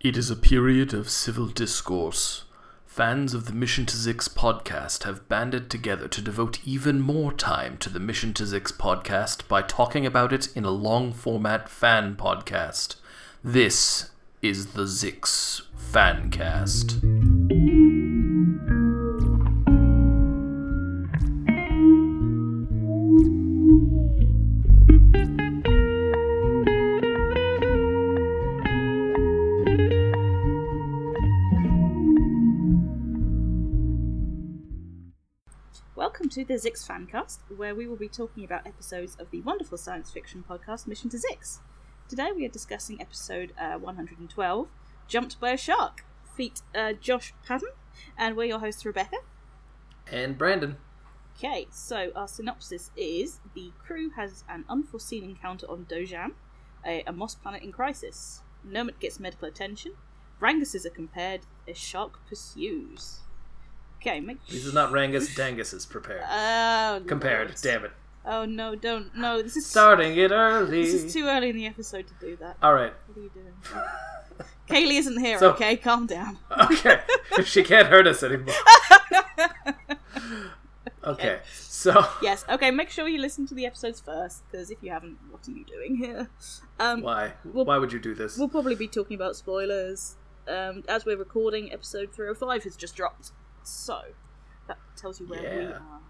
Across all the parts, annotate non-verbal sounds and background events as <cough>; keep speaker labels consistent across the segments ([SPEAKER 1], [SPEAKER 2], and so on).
[SPEAKER 1] It is a period of civil discourse. Fans of the Mission to Zix podcast have banded together to devote even more time to the Mission to Zix podcast by talking about it in a long format fan podcast. This is the Zix Fancast.
[SPEAKER 2] Welcome to the Zix Fancast, where we will be talking about episodes of the wonderful science fiction podcast Mission to Zix. Today we are discussing episode uh, 112, Jumped by a Shark, feat uh, Josh Padden, and we're your hosts Rebecca.
[SPEAKER 1] And Brandon.
[SPEAKER 2] Okay, so our synopsis is the crew has an unforeseen encounter on Dojan, a, a moss planet in crisis. Nermit gets medical attention, Ranguses are compared, a shark pursues. Okay, make
[SPEAKER 1] This is not Rangus, Dangus is prepared.
[SPEAKER 2] Oh,
[SPEAKER 1] Compared,
[SPEAKER 2] Lord.
[SPEAKER 1] damn it.
[SPEAKER 2] Oh no, don't no. This is
[SPEAKER 1] Starting it early.
[SPEAKER 2] this is too early in the episode to do that.
[SPEAKER 1] Alright,
[SPEAKER 2] What are you
[SPEAKER 1] <laughs>
[SPEAKER 2] doing? Kaylee isn't here.
[SPEAKER 1] So-
[SPEAKER 2] okay, calm down. <laughs>
[SPEAKER 1] okay. she can't hurt us anymore. Okay, so.
[SPEAKER 2] yes. Okay. Make sure you listen to the episodes first, because if you haven't, what are you doing here? Um,
[SPEAKER 1] Why?
[SPEAKER 2] Well-
[SPEAKER 1] Why would you do this?
[SPEAKER 2] we'll probably be talking about spoilers. Um, as we're recording, episode three hundred five has just dropped, so that tells you where we
[SPEAKER 1] Yeah. Oh.
[SPEAKER 2] are.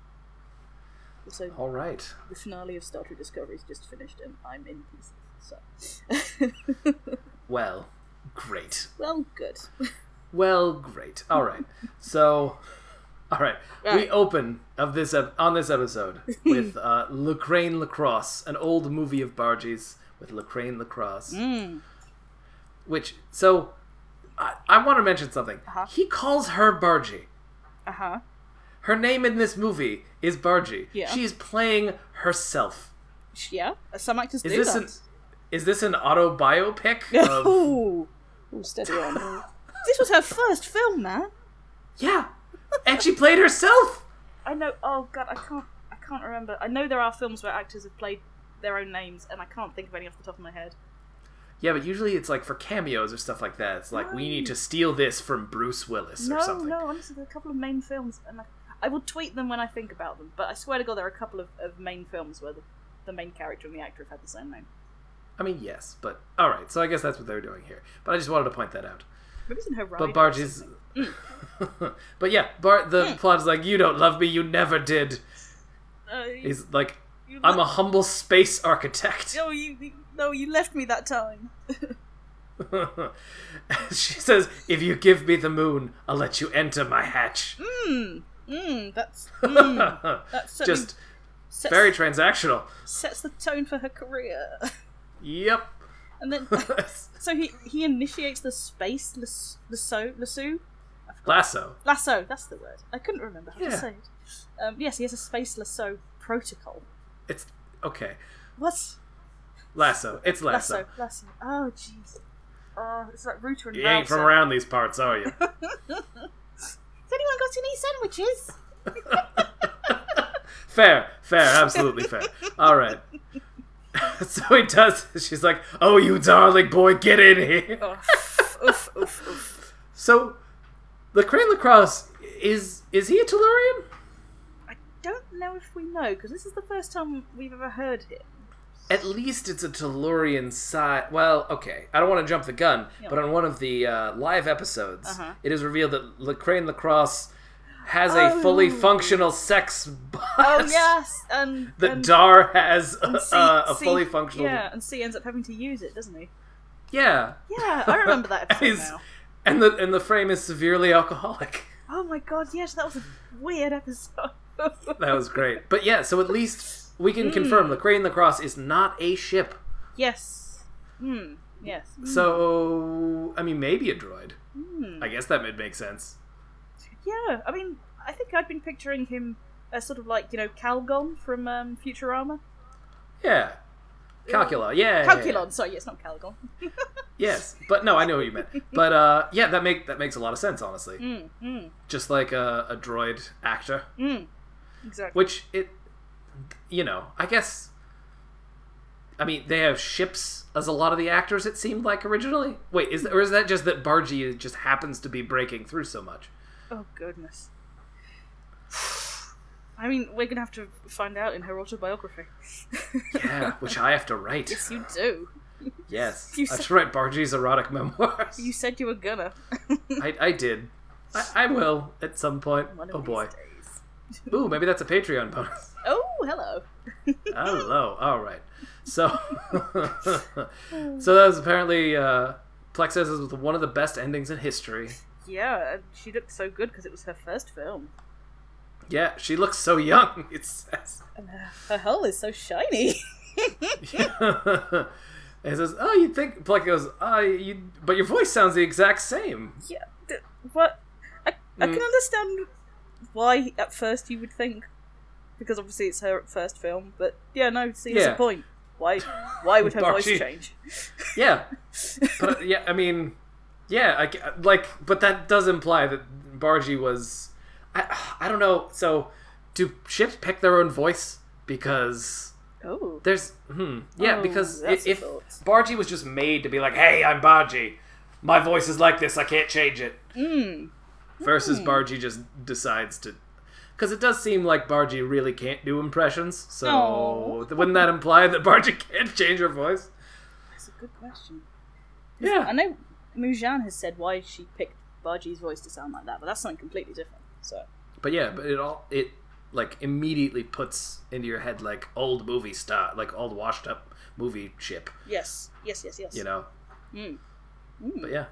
[SPEAKER 2] So
[SPEAKER 1] All right.
[SPEAKER 2] the finale of Star Trek Discovery is just finished, and I'm in pieces. So, <laughs>
[SPEAKER 1] Well, great.
[SPEAKER 2] well, good.
[SPEAKER 1] Well, great. All right.
[SPEAKER 2] <laughs>
[SPEAKER 1] So, all right. We
[SPEAKER 2] Right.
[SPEAKER 1] open of this ep- on this
[SPEAKER 2] <laughs>
[SPEAKER 1] episode with uh, Lucrane Lacrosse, an old movie of Bargee's with Lucrane Lacrosse,
[SPEAKER 2] Mm.
[SPEAKER 1] which so I, I want to mention something.
[SPEAKER 2] Uh-huh.
[SPEAKER 1] He calls her Bargee.
[SPEAKER 2] Uh
[SPEAKER 1] Uh-huh.
[SPEAKER 2] huh.
[SPEAKER 1] Her name in this movie is Bargee.
[SPEAKER 2] Yeah.
[SPEAKER 1] She's playing herself.
[SPEAKER 2] Yeah, some actors
[SPEAKER 1] Is
[SPEAKER 2] do
[SPEAKER 1] this
[SPEAKER 2] that.
[SPEAKER 1] an is this an auto biopic?
[SPEAKER 2] <laughs> Um,
[SPEAKER 1] of,
[SPEAKER 2] Ooh. Ooh, steady <laughs> on. this was her first film, man.
[SPEAKER 1] yeah. And she played herself.
[SPEAKER 2] I know. Oh god, I can't. I can't remember. I know there are films where actors have played their own names, and I can't think of any off the top of my head.
[SPEAKER 1] Yeah, but usually it's like for cameos or stuff like that. It's like we need to steal this from Bruce Willis or
[SPEAKER 2] No,
[SPEAKER 1] something.
[SPEAKER 2] no. Honestly, there are a couple of main films, and I, I will tweet them when I think about them. But I swear to God, there are a couple of, of main films where the, the main character and the actor have had the same name.
[SPEAKER 1] I mean, yes, but all right. So I guess that's what they're doing here. But I just wanted to point that out.
[SPEAKER 2] Maybe it's in her
[SPEAKER 1] But Barge's, <laughs> but yeah, Bart. The plot is like you don't love me, you never did.
[SPEAKER 2] Uh, you-
[SPEAKER 1] He's like
[SPEAKER 2] you
[SPEAKER 1] I'm
[SPEAKER 2] le-
[SPEAKER 1] a humble space architect.
[SPEAKER 2] No, you, you no, you left me that time.
[SPEAKER 1] <laughs> she says, "If you give me the moon, I'll let you enter my hatch."
[SPEAKER 2] Mm, mm, that's
[SPEAKER 1] <laughs>
[SPEAKER 2] mm, That's certainly-
[SPEAKER 1] just
[SPEAKER 2] sets,
[SPEAKER 1] very transactional.
[SPEAKER 2] sets the tone for her career. <laughs>
[SPEAKER 1] Yep. <laughs>
[SPEAKER 2] and then <laughs> So he he initiates the space las- lasso lasso
[SPEAKER 1] Lasso.
[SPEAKER 2] lasso. That's the word. I couldn't remember how
[SPEAKER 1] Yeah.
[SPEAKER 2] to say it. Um, yes, he has a space lasso protocol.
[SPEAKER 1] It's okay.
[SPEAKER 2] What
[SPEAKER 1] Lasso. It's lasso.
[SPEAKER 2] lasso lasso? Oh jeez. Oh, it's like router and
[SPEAKER 1] You ain't from
[SPEAKER 2] rouser.
[SPEAKER 1] around these parts, are you? <laughs>
[SPEAKER 2] Has anyone got any sandwiches?
[SPEAKER 1] fair, fair, absolutely fair. All right. <laughs> so he does. She's like, "Oh, you darling boy, get in here."
[SPEAKER 2] oof, oof, oof, oof.
[SPEAKER 1] So, Lacrane Lacrosse is is he a Tellurian?
[SPEAKER 2] <laughs> I don't know if we know because this is the first time we've ever heard him.
[SPEAKER 1] <laughs> At least it's a Tellurian side. Well, okay, I don't want to jump the gun,
[SPEAKER 2] Yeah.
[SPEAKER 1] but on one of the uh, live episodes,
[SPEAKER 2] Uh-huh.
[SPEAKER 1] it is revealed that Lacrane Lacrosse has a
[SPEAKER 2] Oh.
[SPEAKER 1] fully functional sex bus
[SPEAKER 2] Oh yes, and
[SPEAKER 1] <laughs> that
[SPEAKER 2] and,
[SPEAKER 1] Dar has a,
[SPEAKER 2] and C-
[SPEAKER 1] uh, a- a
[SPEAKER 2] C-
[SPEAKER 1] fully functional.
[SPEAKER 2] Yeah, and C ends up having to use it, doesn't he?
[SPEAKER 1] yeah.
[SPEAKER 2] Yeah,
[SPEAKER 1] <laughs>
[SPEAKER 2] I remember that episode
[SPEAKER 1] He's-
[SPEAKER 2] now.
[SPEAKER 1] And the and the frame is severely alcoholic. <laughs>
[SPEAKER 2] Oh my god, yes, that was a weird episode. <laughs>
[SPEAKER 1] That was great. But yeah, so at least we can
[SPEAKER 2] Hmm.
[SPEAKER 1] confirm the Crane Lacrosse is not a ship.
[SPEAKER 2] yes. Hmm. Yes.
[SPEAKER 1] So I mean maybe a droid.
[SPEAKER 2] Hmm.
[SPEAKER 1] I guess that would make sense.
[SPEAKER 2] Yeah, I mean, I think I'd been picturing him as sort of like, you know, Calgon from um, Futurama.
[SPEAKER 1] Yeah. Calcula, yeah.
[SPEAKER 2] Calculon, sorry, it's not Calgon.
[SPEAKER 1] Yes. But no, I know what you
[SPEAKER 2] <laughs>
[SPEAKER 1] meant. But uh yeah, that make that makes a lot of sense, honestly.
[SPEAKER 2] Mm, mm,
[SPEAKER 1] Just like a, a droid actor.
[SPEAKER 2] mm. hmm. Exactly.
[SPEAKER 1] Which it you know, I guess
[SPEAKER 3] I mean, they have ships as a lot of the actors. It seemed like originally. Wait, is or is that just that Bargy just happens to be breaking through so
[SPEAKER 2] <laughs>
[SPEAKER 3] much?
[SPEAKER 2] Oh goodness. I mean, we're gonna have to find out in her autobiography.
[SPEAKER 3] Yeah, which I have to write.
[SPEAKER 2] yes, you do.
[SPEAKER 3] Yes,
[SPEAKER 2] You
[SPEAKER 3] I
[SPEAKER 2] said-
[SPEAKER 3] should write Bargy's erotic memoirs.
[SPEAKER 2] You said you were gonna. <laughs>
[SPEAKER 3] I, I did. I, I will at some point.
[SPEAKER 2] One of
[SPEAKER 3] Oh boy.
[SPEAKER 2] these days.
[SPEAKER 3] Ooh, maybe that's a Patreon bonus.
[SPEAKER 2] <laughs> Oh, hello.
[SPEAKER 3] Hello. All right. So, <laughs> so that was apparently uh, Plex says is one of the best endings in history.
[SPEAKER 2] Yeah, and she looked so good because it was her first film,
[SPEAKER 3] Yeah, she looks so young. <laughs> It says.
[SPEAKER 2] and her, her hull is so shiny. <laughs>
[SPEAKER 3] and <laughs> it says, "Oh, you think?" Plex goes, "Oh, you," but your voice sounds the exact same.
[SPEAKER 2] yeah, d- what? I, I can
[SPEAKER 3] Mm.
[SPEAKER 2] understand why at first you would think, because obviously it's her first film. But yeah, no, see, there's
[SPEAKER 3] Yeah.
[SPEAKER 2] a point. Why? Why
[SPEAKER 3] <laughs>
[SPEAKER 2] would her voice
[SPEAKER 3] Barchi.
[SPEAKER 2] change? <laughs>
[SPEAKER 3] Yeah, but uh, yeah, I mean, yeah, I, ca- like, but that does imply that Bargy was. I, I don't know. So, do ships pick their own voice? Because
[SPEAKER 2] Oh,
[SPEAKER 3] There's hmm yeah
[SPEAKER 2] Oh,
[SPEAKER 3] because i-
[SPEAKER 2] that's a
[SPEAKER 3] if
[SPEAKER 2] thought.
[SPEAKER 3] Bargy was just made to be like, hey, I'm Bargy, my voice is like this, I can't change it.
[SPEAKER 2] mm,
[SPEAKER 3] Versus Bargy just decides to, because it does seem like Bargy really can't do impressions. So
[SPEAKER 2] No.
[SPEAKER 3] th- wouldn't that imply that Bargy <laughs> can't change her voice?
[SPEAKER 2] that's a good question. I
[SPEAKER 3] Yeah,
[SPEAKER 2] know Mujan has said why she picked Bargee's voice to sound like that, but that's something completely different. So
[SPEAKER 3] but yeah, but it all it like immediately puts into your head like old movie star, like old washed up movie ship,
[SPEAKER 2] yes, yes, yes, yes.
[SPEAKER 3] you know.
[SPEAKER 2] Mm.
[SPEAKER 3] But yeah,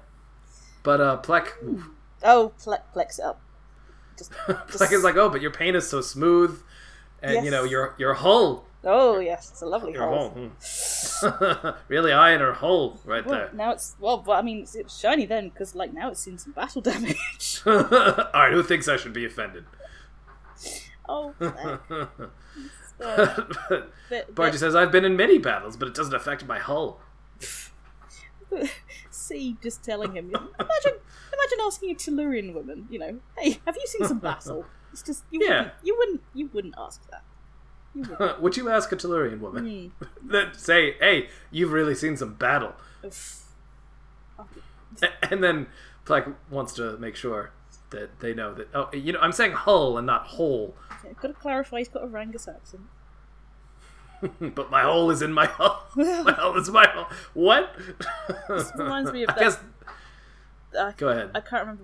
[SPEAKER 3] but uh, Plek. oof.
[SPEAKER 2] Oh, ple- plex it up. Just,
[SPEAKER 3] <laughs>
[SPEAKER 2] just-
[SPEAKER 3] Like it's like, oh, but your paint is so smooth, and you
[SPEAKER 2] Yes.
[SPEAKER 3] know your your hull,
[SPEAKER 2] oh yes, it's a lovely
[SPEAKER 3] your
[SPEAKER 2] hole.
[SPEAKER 3] hull, hmm. <laughs> really eyeing her hull right
[SPEAKER 2] Well,
[SPEAKER 3] there. <laughs>
[SPEAKER 2] now it's well, but I mean, it's, it's shiny then because like now it's seen some battle <laughs> damage.
[SPEAKER 3] All right, who thinks I should be offended? <laughs>
[SPEAKER 2] oh, Plex, uh,
[SPEAKER 3] Bargy
[SPEAKER 2] but, but
[SPEAKER 3] says I've been in many battles, but it doesn't affect my hull. <laughs>
[SPEAKER 2] <laughs> see, just telling him. Imagine, imagine asking a Tellurian woman, you know, hey, have you seen some battle? It's just you
[SPEAKER 3] Yeah.
[SPEAKER 2] wouldn't, you wouldn't, you wouldn't ask that. You wouldn't.
[SPEAKER 3] Would you ask a Tellurian woman <laughs>
[SPEAKER 2] Mm.
[SPEAKER 3] that say, "Hey, you've really seen some battle,"
[SPEAKER 2] Oof. Oh, Okay.
[SPEAKER 3] A- and then Plaque wants to make sure that they know that. Oh, you know, I'm saying hull and not hole,
[SPEAKER 2] Okay, I've got to clarify, he's got a Rangus accent.
[SPEAKER 3] <laughs> but my hole is in my <laughs> hull.
[SPEAKER 2] <laughs>
[SPEAKER 3] my hull is my hull. What?
[SPEAKER 2] This reminds
[SPEAKER 3] <laughs>
[SPEAKER 2] me of
[SPEAKER 3] I
[SPEAKER 2] that-
[SPEAKER 3] guess-
[SPEAKER 2] I,
[SPEAKER 3] Go ahead.
[SPEAKER 2] I can't remember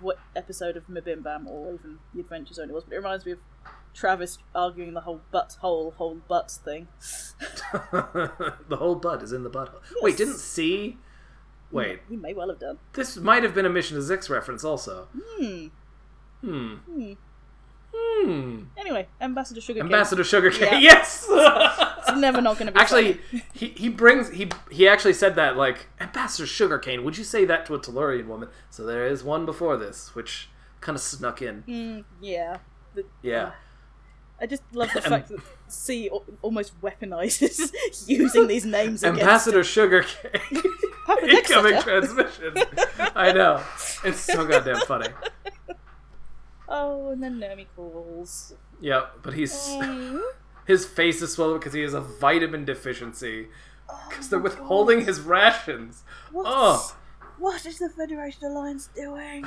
[SPEAKER 2] what episode of Mabim Bam or even The Adventure Zone it was, but it reminds me of Travis arguing the whole butt hole, whole butt thing.
[SPEAKER 3] <laughs> the whole butt is in the butthole. Wait, didn't see? Wait,
[SPEAKER 2] He may well have done.
[SPEAKER 3] this might have been a Mission to Zix reference also.
[SPEAKER 2] Hmm.
[SPEAKER 3] Hmm.
[SPEAKER 2] Hmm.
[SPEAKER 3] Hmm.
[SPEAKER 2] Anyway, Ambassador Sugar
[SPEAKER 3] Ambassador Sugarcane.
[SPEAKER 2] Yeah.
[SPEAKER 3] <laughs> Yes.
[SPEAKER 2] <laughs> It's never not going to be
[SPEAKER 3] <laughs> actually,
[SPEAKER 2] funny. <laughs>
[SPEAKER 3] he, he brings he he actually said that like Ambassador Sugarcane. Would you say that to a Tellurian woman? So there is one before this, which kind of snuck in.
[SPEAKER 2] Hmm, yeah. The-
[SPEAKER 3] Yeah.
[SPEAKER 2] I just love the fact that C al- almost weaponizes <laughs> using these names against
[SPEAKER 3] Ambassador Sugarcane. <laughs>
[SPEAKER 2] Papa
[SPEAKER 3] Incoming
[SPEAKER 2] Dexter.
[SPEAKER 3] transmission. I know. It's so goddamn funny.
[SPEAKER 2] <laughs> Oh, and then Nermi calls.
[SPEAKER 3] Yeah, but he's
[SPEAKER 2] Hmm.
[SPEAKER 3] his face is swollen because he has a vitamin deficiency because they're withholding his rations.
[SPEAKER 2] What?
[SPEAKER 3] Oh.
[SPEAKER 2] What is the Federation Alliance doing?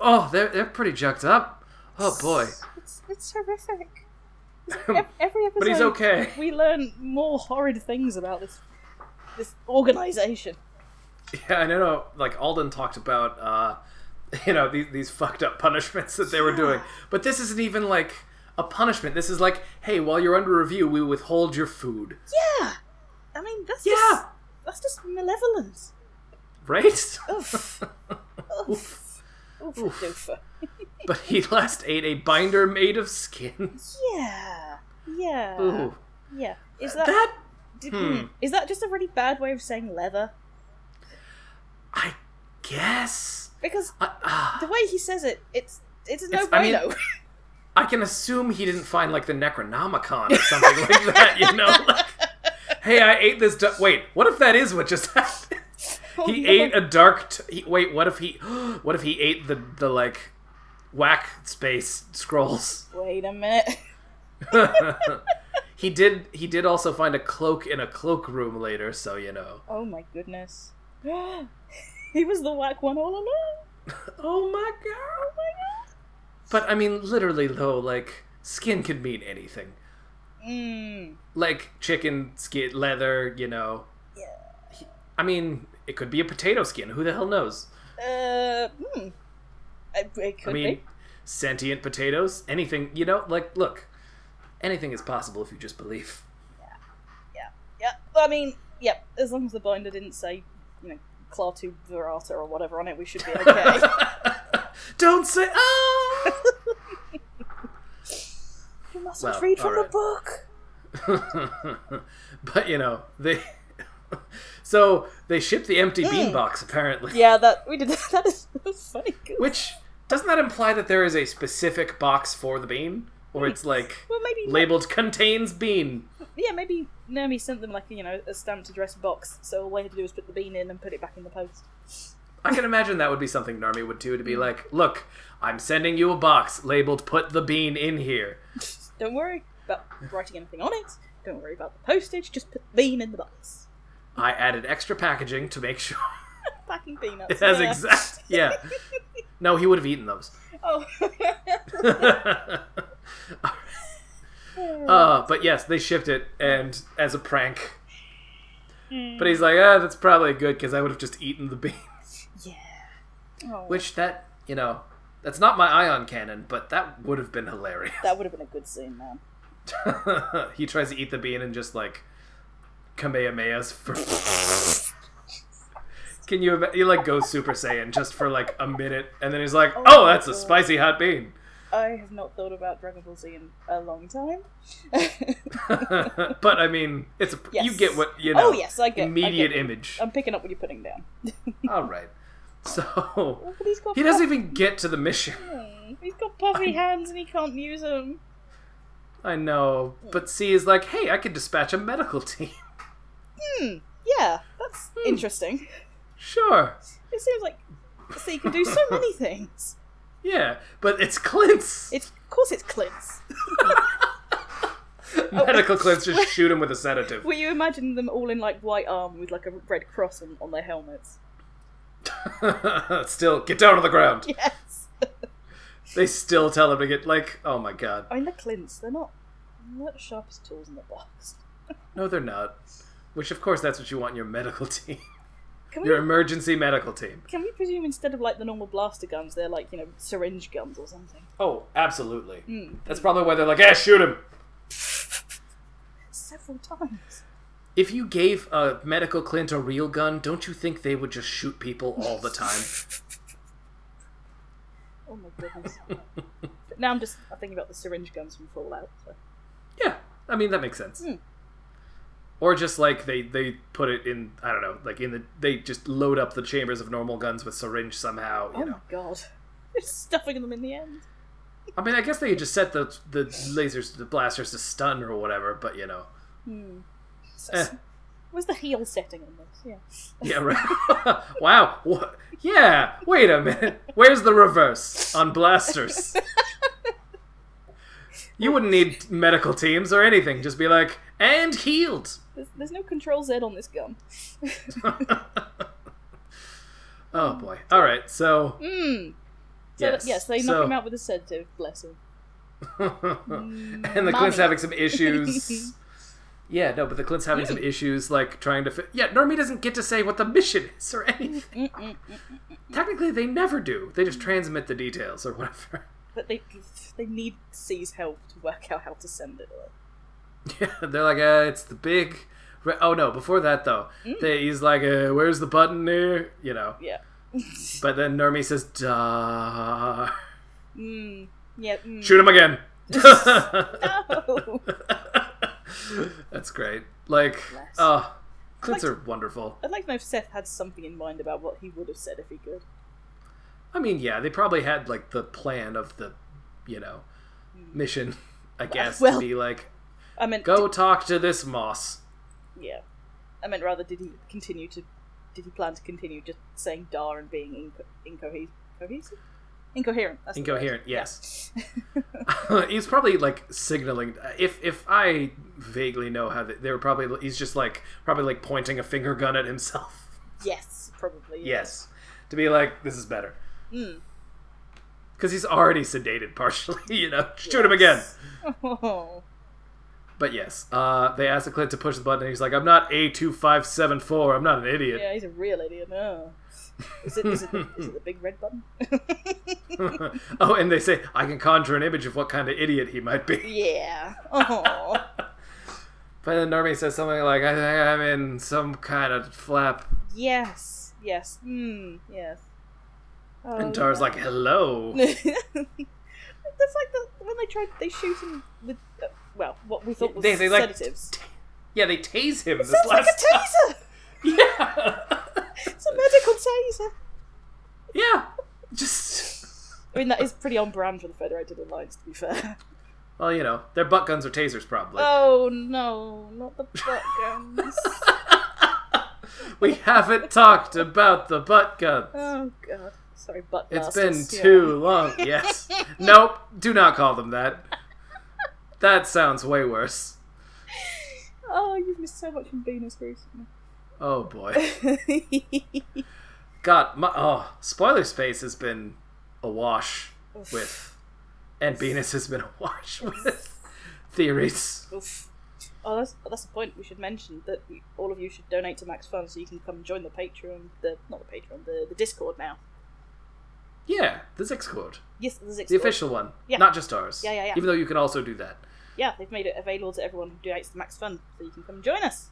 [SPEAKER 3] Oh, they're they're pretty jucked up. Oh boy.
[SPEAKER 2] It's, it's horrific. Ev- Every episode,
[SPEAKER 3] But he's okay.
[SPEAKER 2] we learn more horrid things about this this organization.
[SPEAKER 3] <laughs> Yeah, and I know. Like Alden talked about, uh, <laughs> you know, these, these fucked up punishments that they were doing. But this isn't even like a punishment. This is like, hey, while you're under review, we withhold your food.
[SPEAKER 2] Yeah, I mean that's
[SPEAKER 3] Yeah.
[SPEAKER 2] just that's just malevolence.
[SPEAKER 3] <laughs> Right?
[SPEAKER 2] Oof. Oof. Oof. doofa.
[SPEAKER 3] but he last ate a binder made of skin.
[SPEAKER 2] Yeah. Yeah.
[SPEAKER 3] Ooh.
[SPEAKER 2] Yeah. Is that,
[SPEAKER 3] That
[SPEAKER 2] did-
[SPEAKER 3] hmm.
[SPEAKER 2] mm. is that just a really bad way of saying leather?
[SPEAKER 3] I guess.
[SPEAKER 2] Because
[SPEAKER 3] I, ah.
[SPEAKER 2] the way he says it, it's it's a no
[SPEAKER 3] It's- I mean-
[SPEAKER 2] bueno.
[SPEAKER 3] I can assume he didn't find like the Necronomicon or something like that,
[SPEAKER 2] <laughs>
[SPEAKER 3] you know? Like, hey, I ate this. Du- Wait, what if that is what just <laughs> happened?
[SPEAKER 2] <laughs> Oh,
[SPEAKER 3] He
[SPEAKER 2] no.
[SPEAKER 3] ate a dark. T- he, wait, what if he? <gasps> What if he ate the the like whack space scrolls? <laughs>
[SPEAKER 2] Wait a minute.
[SPEAKER 3] he He did. He did also find a cloak in a cloakroom later, so you know.
[SPEAKER 2] <laughs> Oh my goodness. <gasps> he was the whack one all along.
[SPEAKER 3] Oh my god! But I mean, literally, though, like skin could mean anything.
[SPEAKER 2] Mm.
[SPEAKER 3] Like chicken skin, leather. You know.
[SPEAKER 2] Yeah.
[SPEAKER 3] I mean, it could be a potato skin. Who the hell knows?
[SPEAKER 2] Uh, hmm. It, it could
[SPEAKER 3] I mean, sentient potatoes. Anything. You know. Like, look, anything is possible if you just believe.
[SPEAKER 2] be. Yeah. I mean, yep. As long as the binder didn't say, you know, Clartu Verata or whatever on it, we should be okay.
[SPEAKER 3] <laughs> Don't say. Oh! <laughs>
[SPEAKER 2] you mustn't
[SPEAKER 3] Well,
[SPEAKER 2] read from
[SPEAKER 3] alright.
[SPEAKER 2] the book.
[SPEAKER 3] but you know they. <laughs> so they ship the empty beanbox apparently.
[SPEAKER 2] Hmm. Yeah, that we did. <laughs> That is that was funny.
[SPEAKER 3] <laughs>
[SPEAKER 2] Good.
[SPEAKER 3] Which doesn't that imply that there is a specific box for the bean, or it's like
[SPEAKER 2] Well, maybe.
[SPEAKER 3] labeled contains bean?
[SPEAKER 2] yeah, maybe Nermi sent them like you know a stamped address box, so all they had to do was put the bean in and put it back in the post.
[SPEAKER 3] I can imagine that would be something Narmi would do to be like, look, I'm sending you a box labeled "Put the bean in here."
[SPEAKER 2] Don't worry about writing anything on it. Don't worry about the postage. Just put the bean in the box.
[SPEAKER 3] I added extra packaging to make sure
[SPEAKER 2] Packing peanuts.
[SPEAKER 3] it has
[SPEAKER 2] yeah.
[SPEAKER 3] exact. Yeah. No, he would have eaten those.
[SPEAKER 2] <laughs> Oh. <laughs>
[SPEAKER 3] Uh, but yes, they shipped it, and as a prank. But he's like, ah, that's probably good because I would have just eaten the bean. <laughs>
[SPEAKER 2] yeah. Oh,
[SPEAKER 3] Which that you know, that's not my ion cannon, but that would have been hilarious. <laughs>
[SPEAKER 2] that would have been a good scene, man.
[SPEAKER 3] he tries to eat the bean and just like kamehamehas for. Can you? ima- He like goes Super Saiyan just for like a minute, and then he's like,
[SPEAKER 2] Oh
[SPEAKER 3] "Oh,
[SPEAKER 2] my
[SPEAKER 3] that's a
[SPEAKER 2] God.
[SPEAKER 3] spicy hot bean."
[SPEAKER 2] I have not thought about Dragon Ball Z in a long
[SPEAKER 3] <laughs>
[SPEAKER 2] time. <laughs>
[SPEAKER 3] but I mean, it's a, you
[SPEAKER 2] Yes.
[SPEAKER 3] get what you know.
[SPEAKER 2] oh yes, I get I
[SPEAKER 3] immediate
[SPEAKER 2] get- Um,
[SPEAKER 3] image.
[SPEAKER 2] <laughs> I'm picking up what you're putting down.
[SPEAKER 3] All right. So
[SPEAKER 2] Look at he's got
[SPEAKER 3] he doesn't even get to the mission.
[SPEAKER 2] puffy- He's got puffy hands and he can't use them.
[SPEAKER 3] I know, but C is like, "Hey, I could dispatch a medical <laughs> team."
[SPEAKER 2] Hmm. Yeah, that's interesting.
[SPEAKER 3] sure.
[SPEAKER 2] Hmm. It seems like so you can do so many things.
[SPEAKER 3] Yeah, but it's Clint's.
[SPEAKER 2] It's of course it's Clint's. oh,
[SPEAKER 3] <laughs> Medical Clint's just shoot him with a sedative.
[SPEAKER 2] Well, you imagine them all in like white armor with like a red cross on, on their helmets.
[SPEAKER 3] <laughs> still, get down on
[SPEAKER 2] <laughs>
[SPEAKER 3] the ground.
[SPEAKER 2] Yes.
[SPEAKER 3] They still tell him to get like, oh my god,
[SPEAKER 2] I mean, they're Clint's. They're not not the sharpest tools in the box.
[SPEAKER 3] no, they're not. Which, of course, that's what you want in your medical <laughs> team,
[SPEAKER 2] Can we
[SPEAKER 3] your emergency medical team.
[SPEAKER 2] can we presume instead of like the normal blaster guns, they're like you know syringe guns or something?
[SPEAKER 3] Oh, absolutely.
[SPEAKER 2] Mm.
[SPEAKER 3] That's probably why they're like, yeah, shoot him.
[SPEAKER 2] Several times.
[SPEAKER 3] If you gave a medical Clint a real gun, don't you think they would just shoot people all
[SPEAKER 2] <laughs>
[SPEAKER 3] the time?
[SPEAKER 2] Oh my <laughs> goodness. but now I'm just I'm thinking about the syringe guns from Fallout. So.
[SPEAKER 3] yeah, I mean that makes sense.
[SPEAKER 2] Hmm.
[SPEAKER 3] Or just like they they put it in, I don't know, like in the they just load up the chambers of normal guns with syringe somehow. You
[SPEAKER 2] Oh
[SPEAKER 3] know.
[SPEAKER 2] my god. <laughs> They're stuffing them in the end.
[SPEAKER 3] I mean, I guess they could just set the the lasers, the blasters to stun or whatever. But you know,
[SPEAKER 2] Hmm. So-
[SPEAKER 3] Eh.
[SPEAKER 2] Where's the heel setting on this? Yeah.
[SPEAKER 3] yeah, right. <laughs> wow. What? Yeah. Wait a minute. Where's the reverse on blasters? You wouldn't need medical teams or anything. Just be like, and healed. <laughs>
[SPEAKER 2] There's, there's no control Z on this gun.
[SPEAKER 3] oh boy. All right. So
[SPEAKER 2] Hmm. So
[SPEAKER 3] yes.
[SPEAKER 2] yes, they knock
[SPEAKER 3] so,
[SPEAKER 2] him out with a sedative, bless him.
[SPEAKER 3] <laughs> and the
[SPEAKER 2] Mommy.
[SPEAKER 3] Clint's having
[SPEAKER 2] <laughs>
[SPEAKER 3] some issues. yeah, no, but the Clint's having some issues, like trying to. Fi- yeah, Normie doesn't get to say what the mission is <laughs> or
[SPEAKER 2] Mm,
[SPEAKER 3] anything.
[SPEAKER 2] Mm-mm. mm.
[SPEAKER 3] Technically, they never do. They just transmit the details or whatever. <laughs>
[SPEAKER 2] But they they need C's help to work out how to send it.
[SPEAKER 3] yeah, they're like, uh, it's the big. Re- oh no! Before that though,
[SPEAKER 2] Mm.
[SPEAKER 3] they, he's like, uh, "Where's the button here?" You know.
[SPEAKER 2] Yeah.
[SPEAKER 3] But then Normie says, "Duh."
[SPEAKER 2] Mm. Yeah. Oh. Mm. <laughs>
[SPEAKER 3] Shoot him again. <laughs>
[SPEAKER 2] No.
[SPEAKER 3] That's great. Like,
[SPEAKER 2] Bless.
[SPEAKER 3] oh, Clint's are wonderful.
[SPEAKER 2] I'd like to know if Seth had something in mind about what he would have said if he could.
[SPEAKER 3] I mean, yeah, they probably had like the plan of the, you know, mission. I guess
[SPEAKER 2] well-
[SPEAKER 3] to be like,
[SPEAKER 2] I meant
[SPEAKER 3] go talk to this moss. <laughs>
[SPEAKER 2] Yeah. I meant rather, did he continue to. Did he plan to continue just saying dar and being inco- incohesive? Incoherent. That's the word.
[SPEAKER 3] Incoherent, yes. he's probably like signaling. If if I vaguely know how they, they were probably, he's just like probably like pointing a finger gun at himself.
[SPEAKER 2] <laughs>
[SPEAKER 3] <laughs>
[SPEAKER 2] Yes, probably. yeah.
[SPEAKER 3] Yes, to be like this is better
[SPEAKER 2] Mm.
[SPEAKER 3] because he's already sedated partially. <laughs> You know, shoot him again.
[SPEAKER 2] Yes. Oh.
[SPEAKER 3] But yes, uh, they asked the Clint to push the button, and he's like, "I'm not a two five seven four. I'm not an idiot."
[SPEAKER 2] <laughs> Yeah, he's a real idiot.
[SPEAKER 3] <laughs>
[SPEAKER 2] Oh. Is it, is, it the, is it the big red button?
[SPEAKER 3] <laughs> oh, and they say I can conjure an image of what kind of idiot he might be.
[SPEAKER 2] yeah. <laughs> Oh.
[SPEAKER 3] But then Normie says something like, "I think I'm in some kind of flap,"
[SPEAKER 2] yes. Yes. Hmm. Yes. Oh,
[SPEAKER 3] and Tar's like, "Hello."
[SPEAKER 2] yeah. <laughs> That's like the, when they tried, they shoot him with, uh, well, what we thought was
[SPEAKER 3] They- they, like,
[SPEAKER 2] sedatives.
[SPEAKER 3] yeah, they tase him this
[SPEAKER 2] Sounds like
[SPEAKER 3] last
[SPEAKER 2] a taser!
[SPEAKER 3] time. <laughs> Yeah,
[SPEAKER 2] It's a medical taser!
[SPEAKER 3] yeah, just
[SPEAKER 2] I mean, that is pretty on brand for the Federated Alliance, to be fair.
[SPEAKER 3] well, you know, their butt guns are tasers, probably.
[SPEAKER 2] Oh no,
[SPEAKER 3] <laughs>
[SPEAKER 2] not the butt guns.
[SPEAKER 3] we haven't talked about the butt gun.
[SPEAKER 2] oh god. Sorry, butt
[SPEAKER 3] It's
[SPEAKER 2] blasters,
[SPEAKER 3] been
[SPEAKER 2] yeah.
[SPEAKER 3] too long. Yes. nope. Do not call them that. That sounds way worse.
[SPEAKER 2] Oh, you've missed so much from Venus
[SPEAKER 3] <laughs>
[SPEAKER 2] recently.
[SPEAKER 3] Oh boy. God. My, oh, spoiler space has been awash
[SPEAKER 2] Oof.
[SPEAKER 3] with, and Venus has been <laughs> awash with
[SPEAKER 2] <laughs>
[SPEAKER 3] theories.
[SPEAKER 2] Oof. Oh, that's, that's the point we should mention that we, all of you should donate to Max Fun so you can come join the Patreon, the not the Patreon, the, the Discord now.
[SPEAKER 3] Yeah, the Zix Chord,
[SPEAKER 2] Yes, there's
[SPEAKER 3] the official one,
[SPEAKER 2] Yeah.
[SPEAKER 3] not just ours.
[SPEAKER 2] Yeah, yeah, yeah.
[SPEAKER 3] Even though you can also do that.
[SPEAKER 2] Yeah, they've made it available to everyone who donates to Max Fun, so you can come join us.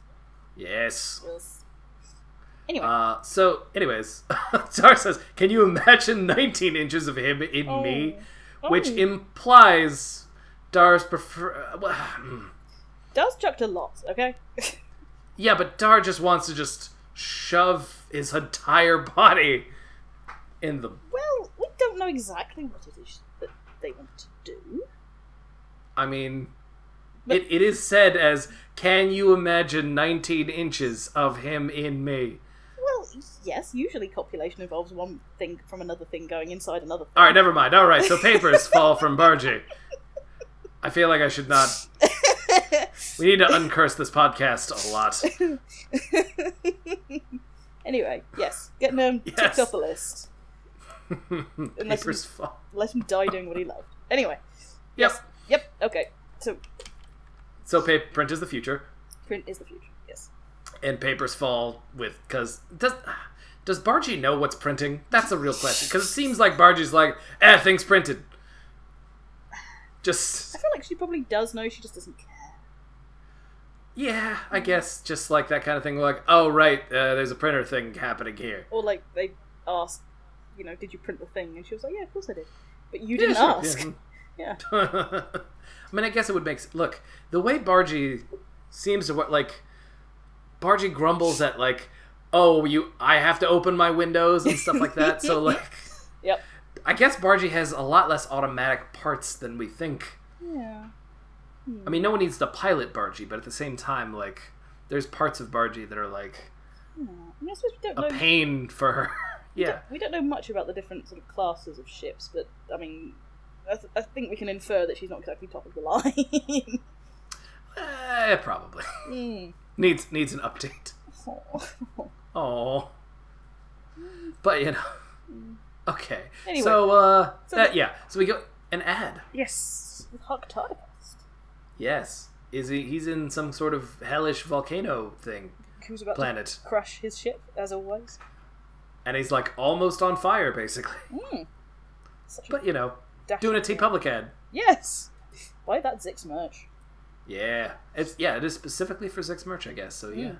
[SPEAKER 3] Yes.
[SPEAKER 2] Yes. Anyway,
[SPEAKER 3] Uh, so, anyways, <laughs> Tar says, "Can you imagine 19 inches of him in
[SPEAKER 2] Oh.
[SPEAKER 3] me?" Which
[SPEAKER 2] Oh.
[SPEAKER 3] implies Dar's prefer. well, hmm.
[SPEAKER 2] Dar's chucked a lot. Okay. <laughs>
[SPEAKER 3] yeah, but Dar just wants to just shove his <laughs> entire body in the.
[SPEAKER 2] Well, we don't know exactly what it is that they want to do.
[SPEAKER 3] I mean,
[SPEAKER 2] But-
[SPEAKER 3] it, it is said as, "Can you imagine 19 inches of him in me?"
[SPEAKER 2] Well, yes, usually copulation involves one thing from another thing going inside another thing.
[SPEAKER 3] All right, never mind. All right, so papers fall from Bargy. I feel like I
[SPEAKER 2] <laughs>
[SPEAKER 3] should not. We need to uncurse this podcast a lot.
[SPEAKER 2] <laughs>
[SPEAKER 3] <laughs>
[SPEAKER 2] anyway, yes, getting him
[SPEAKER 3] Yes.
[SPEAKER 2] ticked off the list. Unless
[SPEAKER 3] papers fall.
[SPEAKER 2] Let him die doing what he loved. Anyway,
[SPEAKER 3] Yep.
[SPEAKER 2] yes, yep, okay. So,
[SPEAKER 3] So paper print is the future,
[SPEAKER 2] print is the future. Yes.
[SPEAKER 3] and papers fall with because does does Bargy know what's printing? That's a real question because it seems like Bargy's like, eh, things printed. Just
[SPEAKER 2] I feel like she probably does know. She just doesn't care.
[SPEAKER 3] yeah, I guess just like that kind of thing. Like oh right, uh, there's a printer thing happening here.
[SPEAKER 2] Or like they asked, you know, did you print the thing? And she was like, yeah, of course I did. But you
[SPEAKER 3] Yeah,
[SPEAKER 2] didn't
[SPEAKER 3] sure,
[SPEAKER 2] ask.
[SPEAKER 3] yeah.
[SPEAKER 2] <laughs> Yeah.
[SPEAKER 3] I mean, <laughs> I guess it would make s- look the way Bargy seems to what like Bargy grumbles at like, oh, you, I have to open my windows and stuff like
[SPEAKER 2] <laughs>
[SPEAKER 3] that. so like,
[SPEAKER 2] Yep.
[SPEAKER 3] I guess Bargy has a lot less automatic parts than we think.
[SPEAKER 2] Yeah.
[SPEAKER 3] I mean, no one needs to pilot Bargy, but at the same time, like, there's parts of Bargy that are like
[SPEAKER 2] yeah. hmm, I mean, I suppose we don't
[SPEAKER 3] a
[SPEAKER 2] know.
[SPEAKER 3] pain for her. <laughs>
[SPEAKER 2] <laughs>
[SPEAKER 3] yeah,
[SPEAKER 2] We don't know much about the different sort of classes of ships, but I mean, I, th- I think we can infer that she's not exactly top of the <laughs> line.
[SPEAKER 3] Eh, probably
[SPEAKER 2] mm.
[SPEAKER 3] needs needs an update. <laughs>
[SPEAKER 2] Aw.
[SPEAKER 3] Oh, but you know. Okay.
[SPEAKER 2] Mm. Anyway.
[SPEAKER 3] So, uh,
[SPEAKER 2] So
[SPEAKER 3] that-
[SPEAKER 2] the-
[SPEAKER 3] yeah. So we go an ad.
[SPEAKER 2] <laughs> yes, with Huck Targast,
[SPEAKER 3] Yes. Is he? He's in some sort of hellish volcano thing
[SPEAKER 2] who's about
[SPEAKER 3] planet,
[SPEAKER 2] to crush his ship as always.
[SPEAKER 3] and he's like almost on fire, basically.
[SPEAKER 2] Mm. Such
[SPEAKER 3] But you know,
[SPEAKER 2] dash-
[SPEAKER 3] doing a T public ad.
[SPEAKER 2] Yes, buy that Zix merch.
[SPEAKER 3] Yeah. It's yeah. It is specifically for Zix merch, I guess. So yeah.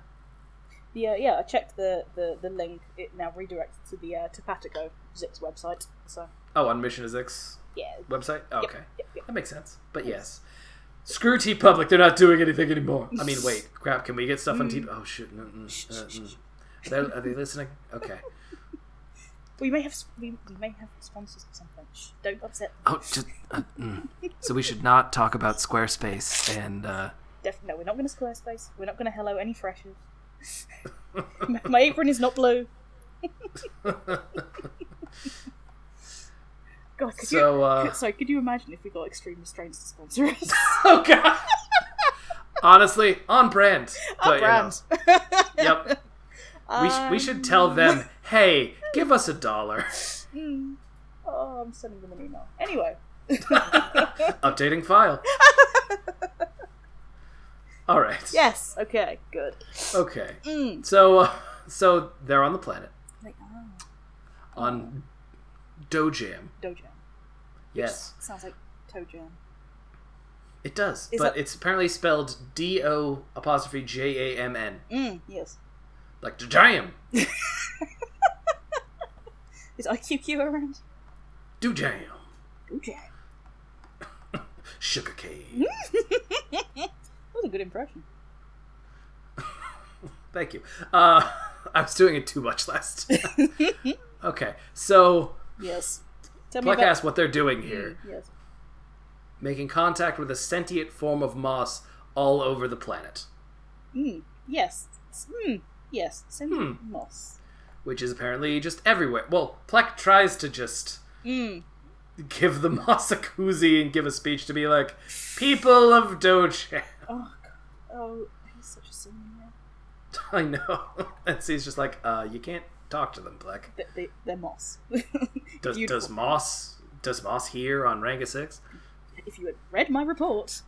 [SPEAKER 2] Yeah, yeah. I checked the, the, the link. It now redirects to the uh, Topatico Zix website. So
[SPEAKER 3] Oh, on Mission to Zix
[SPEAKER 2] yeah,
[SPEAKER 3] website. Oh,
[SPEAKER 2] Yep,
[SPEAKER 3] okay,
[SPEAKER 2] yep, yep.
[SPEAKER 3] that makes sense. But yes. Screw T Public, they're not doing anything anymore. I mean,
[SPEAKER 1] <laughs>
[SPEAKER 3] wait, crap, can we get stuff on T? Oh, shoot. no, mm,
[SPEAKER 2] Shh,
[SPEAKER 3] uh,
[SPEAKER 2] shh,
[SPEAKER 3] mm. They're- Are they listening? Okay.
[SPEAKER 2] we may have s- we, we may have sponsors or something. Shh, don't upset. them.
[SPEAKER 1] <laughs> Oh, just, uh, mm. so we should not talk about Squarespace and uh,
[SPEAKER 2] Def- no, we're not going to Squarespace. We're not going to hello any freshers. My apron is not blue. God, could
[SPEAKER 3] <laughs> So,
[SPEAKER 2] you?
[SPEAKER 1] <laughs>
[SPEAKER 3] uh,
[SPEAKER 2] sorry, could you imagine if we got Extreme Restraints to sponsor
[SPEAKER 3] <laughs>
[SPEAKER 2] us?
[SPEAKER 3] Oh god. Honestly, on brand.
[SPEAKER 2] Our
[SPEAKER 3] But, you know,
[SPEAKER 2] brand.
[SPEAKER 3] <laughs> yep. We, sh-
[SPEAKER 2] Um,
[SPEAKER 3] we should tell
[SPEAKER 1] Um. <laughs>
[SPEAKER 3] them, hey, give us a dollar.
[SPEAKER 2] Mm. Oh, I'm sending them an email. Anyway,
[SPEAKER 3] Updating
[SPEAKER 1] <laughs>
[SPEAKER 3] file. All right.
[SPEAKER 2] yes, okay, good.
[SPEAKER 3] Okay.
[SPEAKER 2] Mm.
[SPEAKER 3] So, <laughs> uh, so they're on the planet
[SPEAKER 2] Like, oh,
[SPEAKER 3] on Dojam.
[SPEAKER 2] dojam.
[SPEAKER 3] Yes,
[SPEAKER 2] Sounds like toe jam.
[SPEAKER 3] it does,
[SPEAKER 2] Is
[SPEAKER 3] but
[SPEAKER 2] that-
[SPEAKER 3] it's apparently spelled D O apostrophe J A M N,
[SPEAKER 2] Mm, yes.
[SPEAKER 3] like Dojam,
[SPEAKER 2] Is IQQ around?
[SPEAKER 3] Dojam,
[SPEAKER 2] Dojam.
[SPEAKER 3] Sugar
[SPEAKER 2] Hmm?
[SPEAKER 3] Cane.
[SPEAKER 2] that was a good impression.
[SPEAKER 3] Thank you. Uh, <laughs> I was doing it too much last. time.
[SPEAKER 2] <laughs>
[SPEAKER 3] okay, so
[SPEAKER 2] Yes. Tell
[SPEAKER 3] Pluck
[SPEAKER 2] me about
[SPEAKER 3] asks what they're doing here,
[SPEAKER 2] Yes.
[SPEAKER 3] making contact with a sentient form of moss all over the planet,
[SPEAKER 2] Mm, yes. Mm, yes. Send me
[SPEAKER 3] Hmm.
[SPEAKER 2] moss.
[SPEAKER 3] which is apparently just everywhere. Well, Plek tries to just
[SPEAKER 2] Mm.
[SPEAKER 3] give the <laughs> moss a koozie and give a speech to be like, people of Dojam.
[SPEAKER 2] Oh, God. oh, he's such a senior.
[SPEAKER 3] <laughs> I know. <laughs> And he's just like, uh, you can't talk to them, Black.
[SPEAKER 2] They, they, they're moss. <laughs>
[SPEAKER 3] Does
[SPEAKER 2] Beautiful.
[SPEAKER 3] does Moss does Moss hear on Ranga Six? <laughs>
[SPEAKER 2] if you had read my <laughs> report,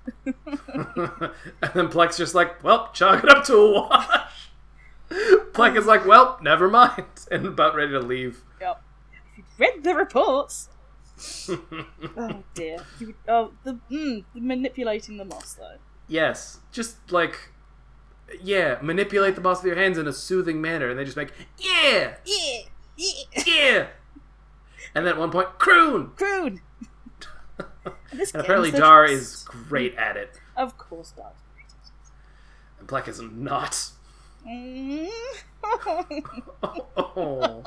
[SPEAKER 3] and then Plek's just like, well, chalk it up to a wash. <laughs> Plek is like, well, never mind, <laughs> and about ready to leave.
[SPEAKER 2] yep. if you'd read the
[SPEAKER 3] <laughs>
[SPEAKER 2] reports, oh dear, you would, oh the mm, the manipulating the moss though.
[SPEAKER 3] yes, just like, yeah, manipulate the moss with your hands in a soothing manner, and they just make, yeah,
[SPEAKER 2] Yeah, yeah.
[SPEAKER 3] yeah, and then at one point, croon. <laughs>
[SPEAKER 2] Croon. and this
[SPEAKER 3] And
[SPEAKER 2] game's
[SPEAKER 3] apparently,
[SPEAKER 2] so
[SPEAKER 3] Dar
[SPEAKER 2] just-
[SPEAKER 3] is great at it,
[SPEAKER 2] of course
[SPEAKER 3] <laughs>
[SPEAKER 2] Dar. <laughs>
[SPEAKER 3] and Plek is <laughs> not.
[SPEAKER 2] Mm.
[SPEAKER 3] Oh.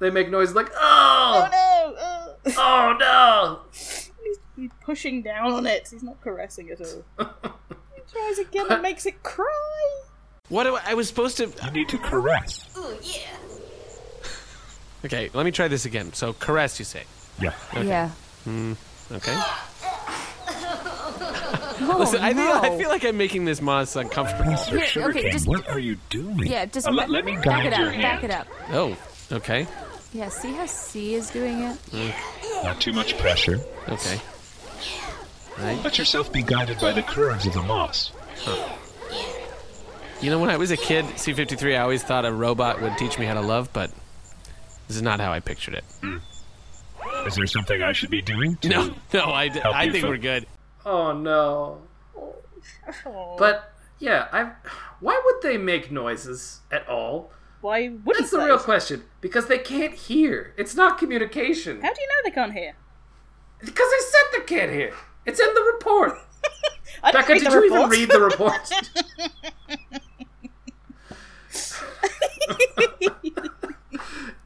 [SPEAKER 3] they make noise like,
[SPEAKER 2] oh
[SPEAKER 3] oh,
[SPEAKER 2] no! Oh.
[SPEAKER 3] oh no.
[SPEAKER 2] He's, he's pushing down on it. He's not caressing at all.
[SPEAKER 3] <laughs>
[SPEAKER 2] he tries again and makes it cry.
[SPEAKER 4] What do I, I was supposed to.
[SPEAKER 5] You need to caress.
[SPEAKER 4] Okay, let me try this again. So caress, you say.
[SPEAKER 5] Yeah.
[SPEAKER 6] Yeah.
[SPEAKER 4] Okay.
[SPEAKER 3] Oh,
[SPEAKER 4] Listen, I, feel,
[SPEAKER 6] Oh,
[SPEAKER 4] I feel like I'm making this moss uncomfortable.
[SPEAKER 5] Mr. Sugarcane,
[SPEAKER 6] okay, just-
[SPEAKER 5] what are you doing?
[SPEAKER 6] Yeah, just
[SPEAKER 5] Uh, let, let me
[SPEAKER 6] back
[SPEAKER 5] guide
[SPEAKER 6] it
[SPEAKER 5] your
[SPEAKER 6] up. Back
[SPEAKER 5] hand.
[SPEAKER 6] it up.
[SPEAKER 4] Oh, okay,
[SPEAKER 6] Yeah, see how C is doing it?
[SPEAKER 5] Not too much pressure.
[SPEAKER 4] okay.
[SPEAKER 5] Let yourself be guided by the curves of the moss.
[SPEAKER 4] You know, when I was a kid, C53, I always thought a robot would teach me how to love, but this is not how I pictured it. <laughs>
[SPEAKER 5] Is there something I should be doing? To
[SPEAKER 4] No, no, I, d-
[SPEAKER 5] Help
[SPEAKER 4] I
[SPEAKER 5] you
[SPEAKER 4] think
[SPEAKER 5] fo-
[SPEAKER 4] we're good.
[SPEAKER 3] Oh no. But yeah, I why would they make noises at all?
[SPEAKER 2] Why wouldn't
[SPEAKER 3] That's the
[SPEAKER 2] they?
[SPEAKER 3] real question because they can't hear. It's not communication.
[SPEAKER 2] How do you know they can't hear?
[SPEAKER 3] Because they said they can't hear. It's in the report.
[SPEAKER 2] I didn't
[SPEAKER 3] Becca,
[SPEAKER 2] read
[SPEAKER 3] did
[SPEAKER 2] the
[SPEAKER 3] you
[SPEAKER 2] report.
[SPEAKER 3] even read the report?
[SPEAKER 2] <laughs>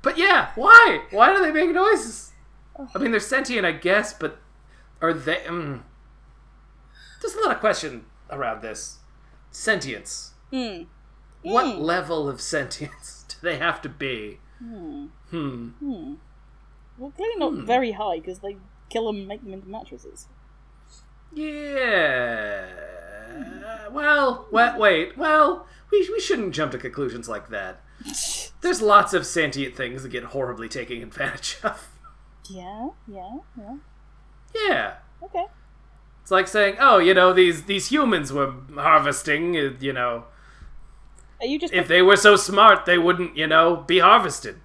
[SPEAKER 3] but yeah, why? Why do they make noises? I mean, they're sentient, I guess, but are they? Mm, there's a lot of question around this sentience.
[SPEAKER 2] Hmm.
[SPEAKER 3] What level of sentience <laughs> do they have to be?
[SPEAKER 2] Well, clearly not
[SPEAKER 3] Hmm.
[SPEAKER 2] very high because they kill them, and make them into mattresses.
[SPEAKER 3] Yeah. Well, wait, wait. Well, we, we shouldn't jump to conclusions like that. There's lots of sentient things that get horribly taken advantage of.
[SPEAKER 2] Yeah, yeah, yeah.
[SPEAKER 3] Yeah.
[SPEAKER 2] Okay.
[SPEAKER 3] It's like saying, oh, you know, these, these humans were harvesting, uh, you know.
[SPEAKER 2] Are you just
[SPEAKER 3] If they were so smart, they wouldn't, you know, be harvested.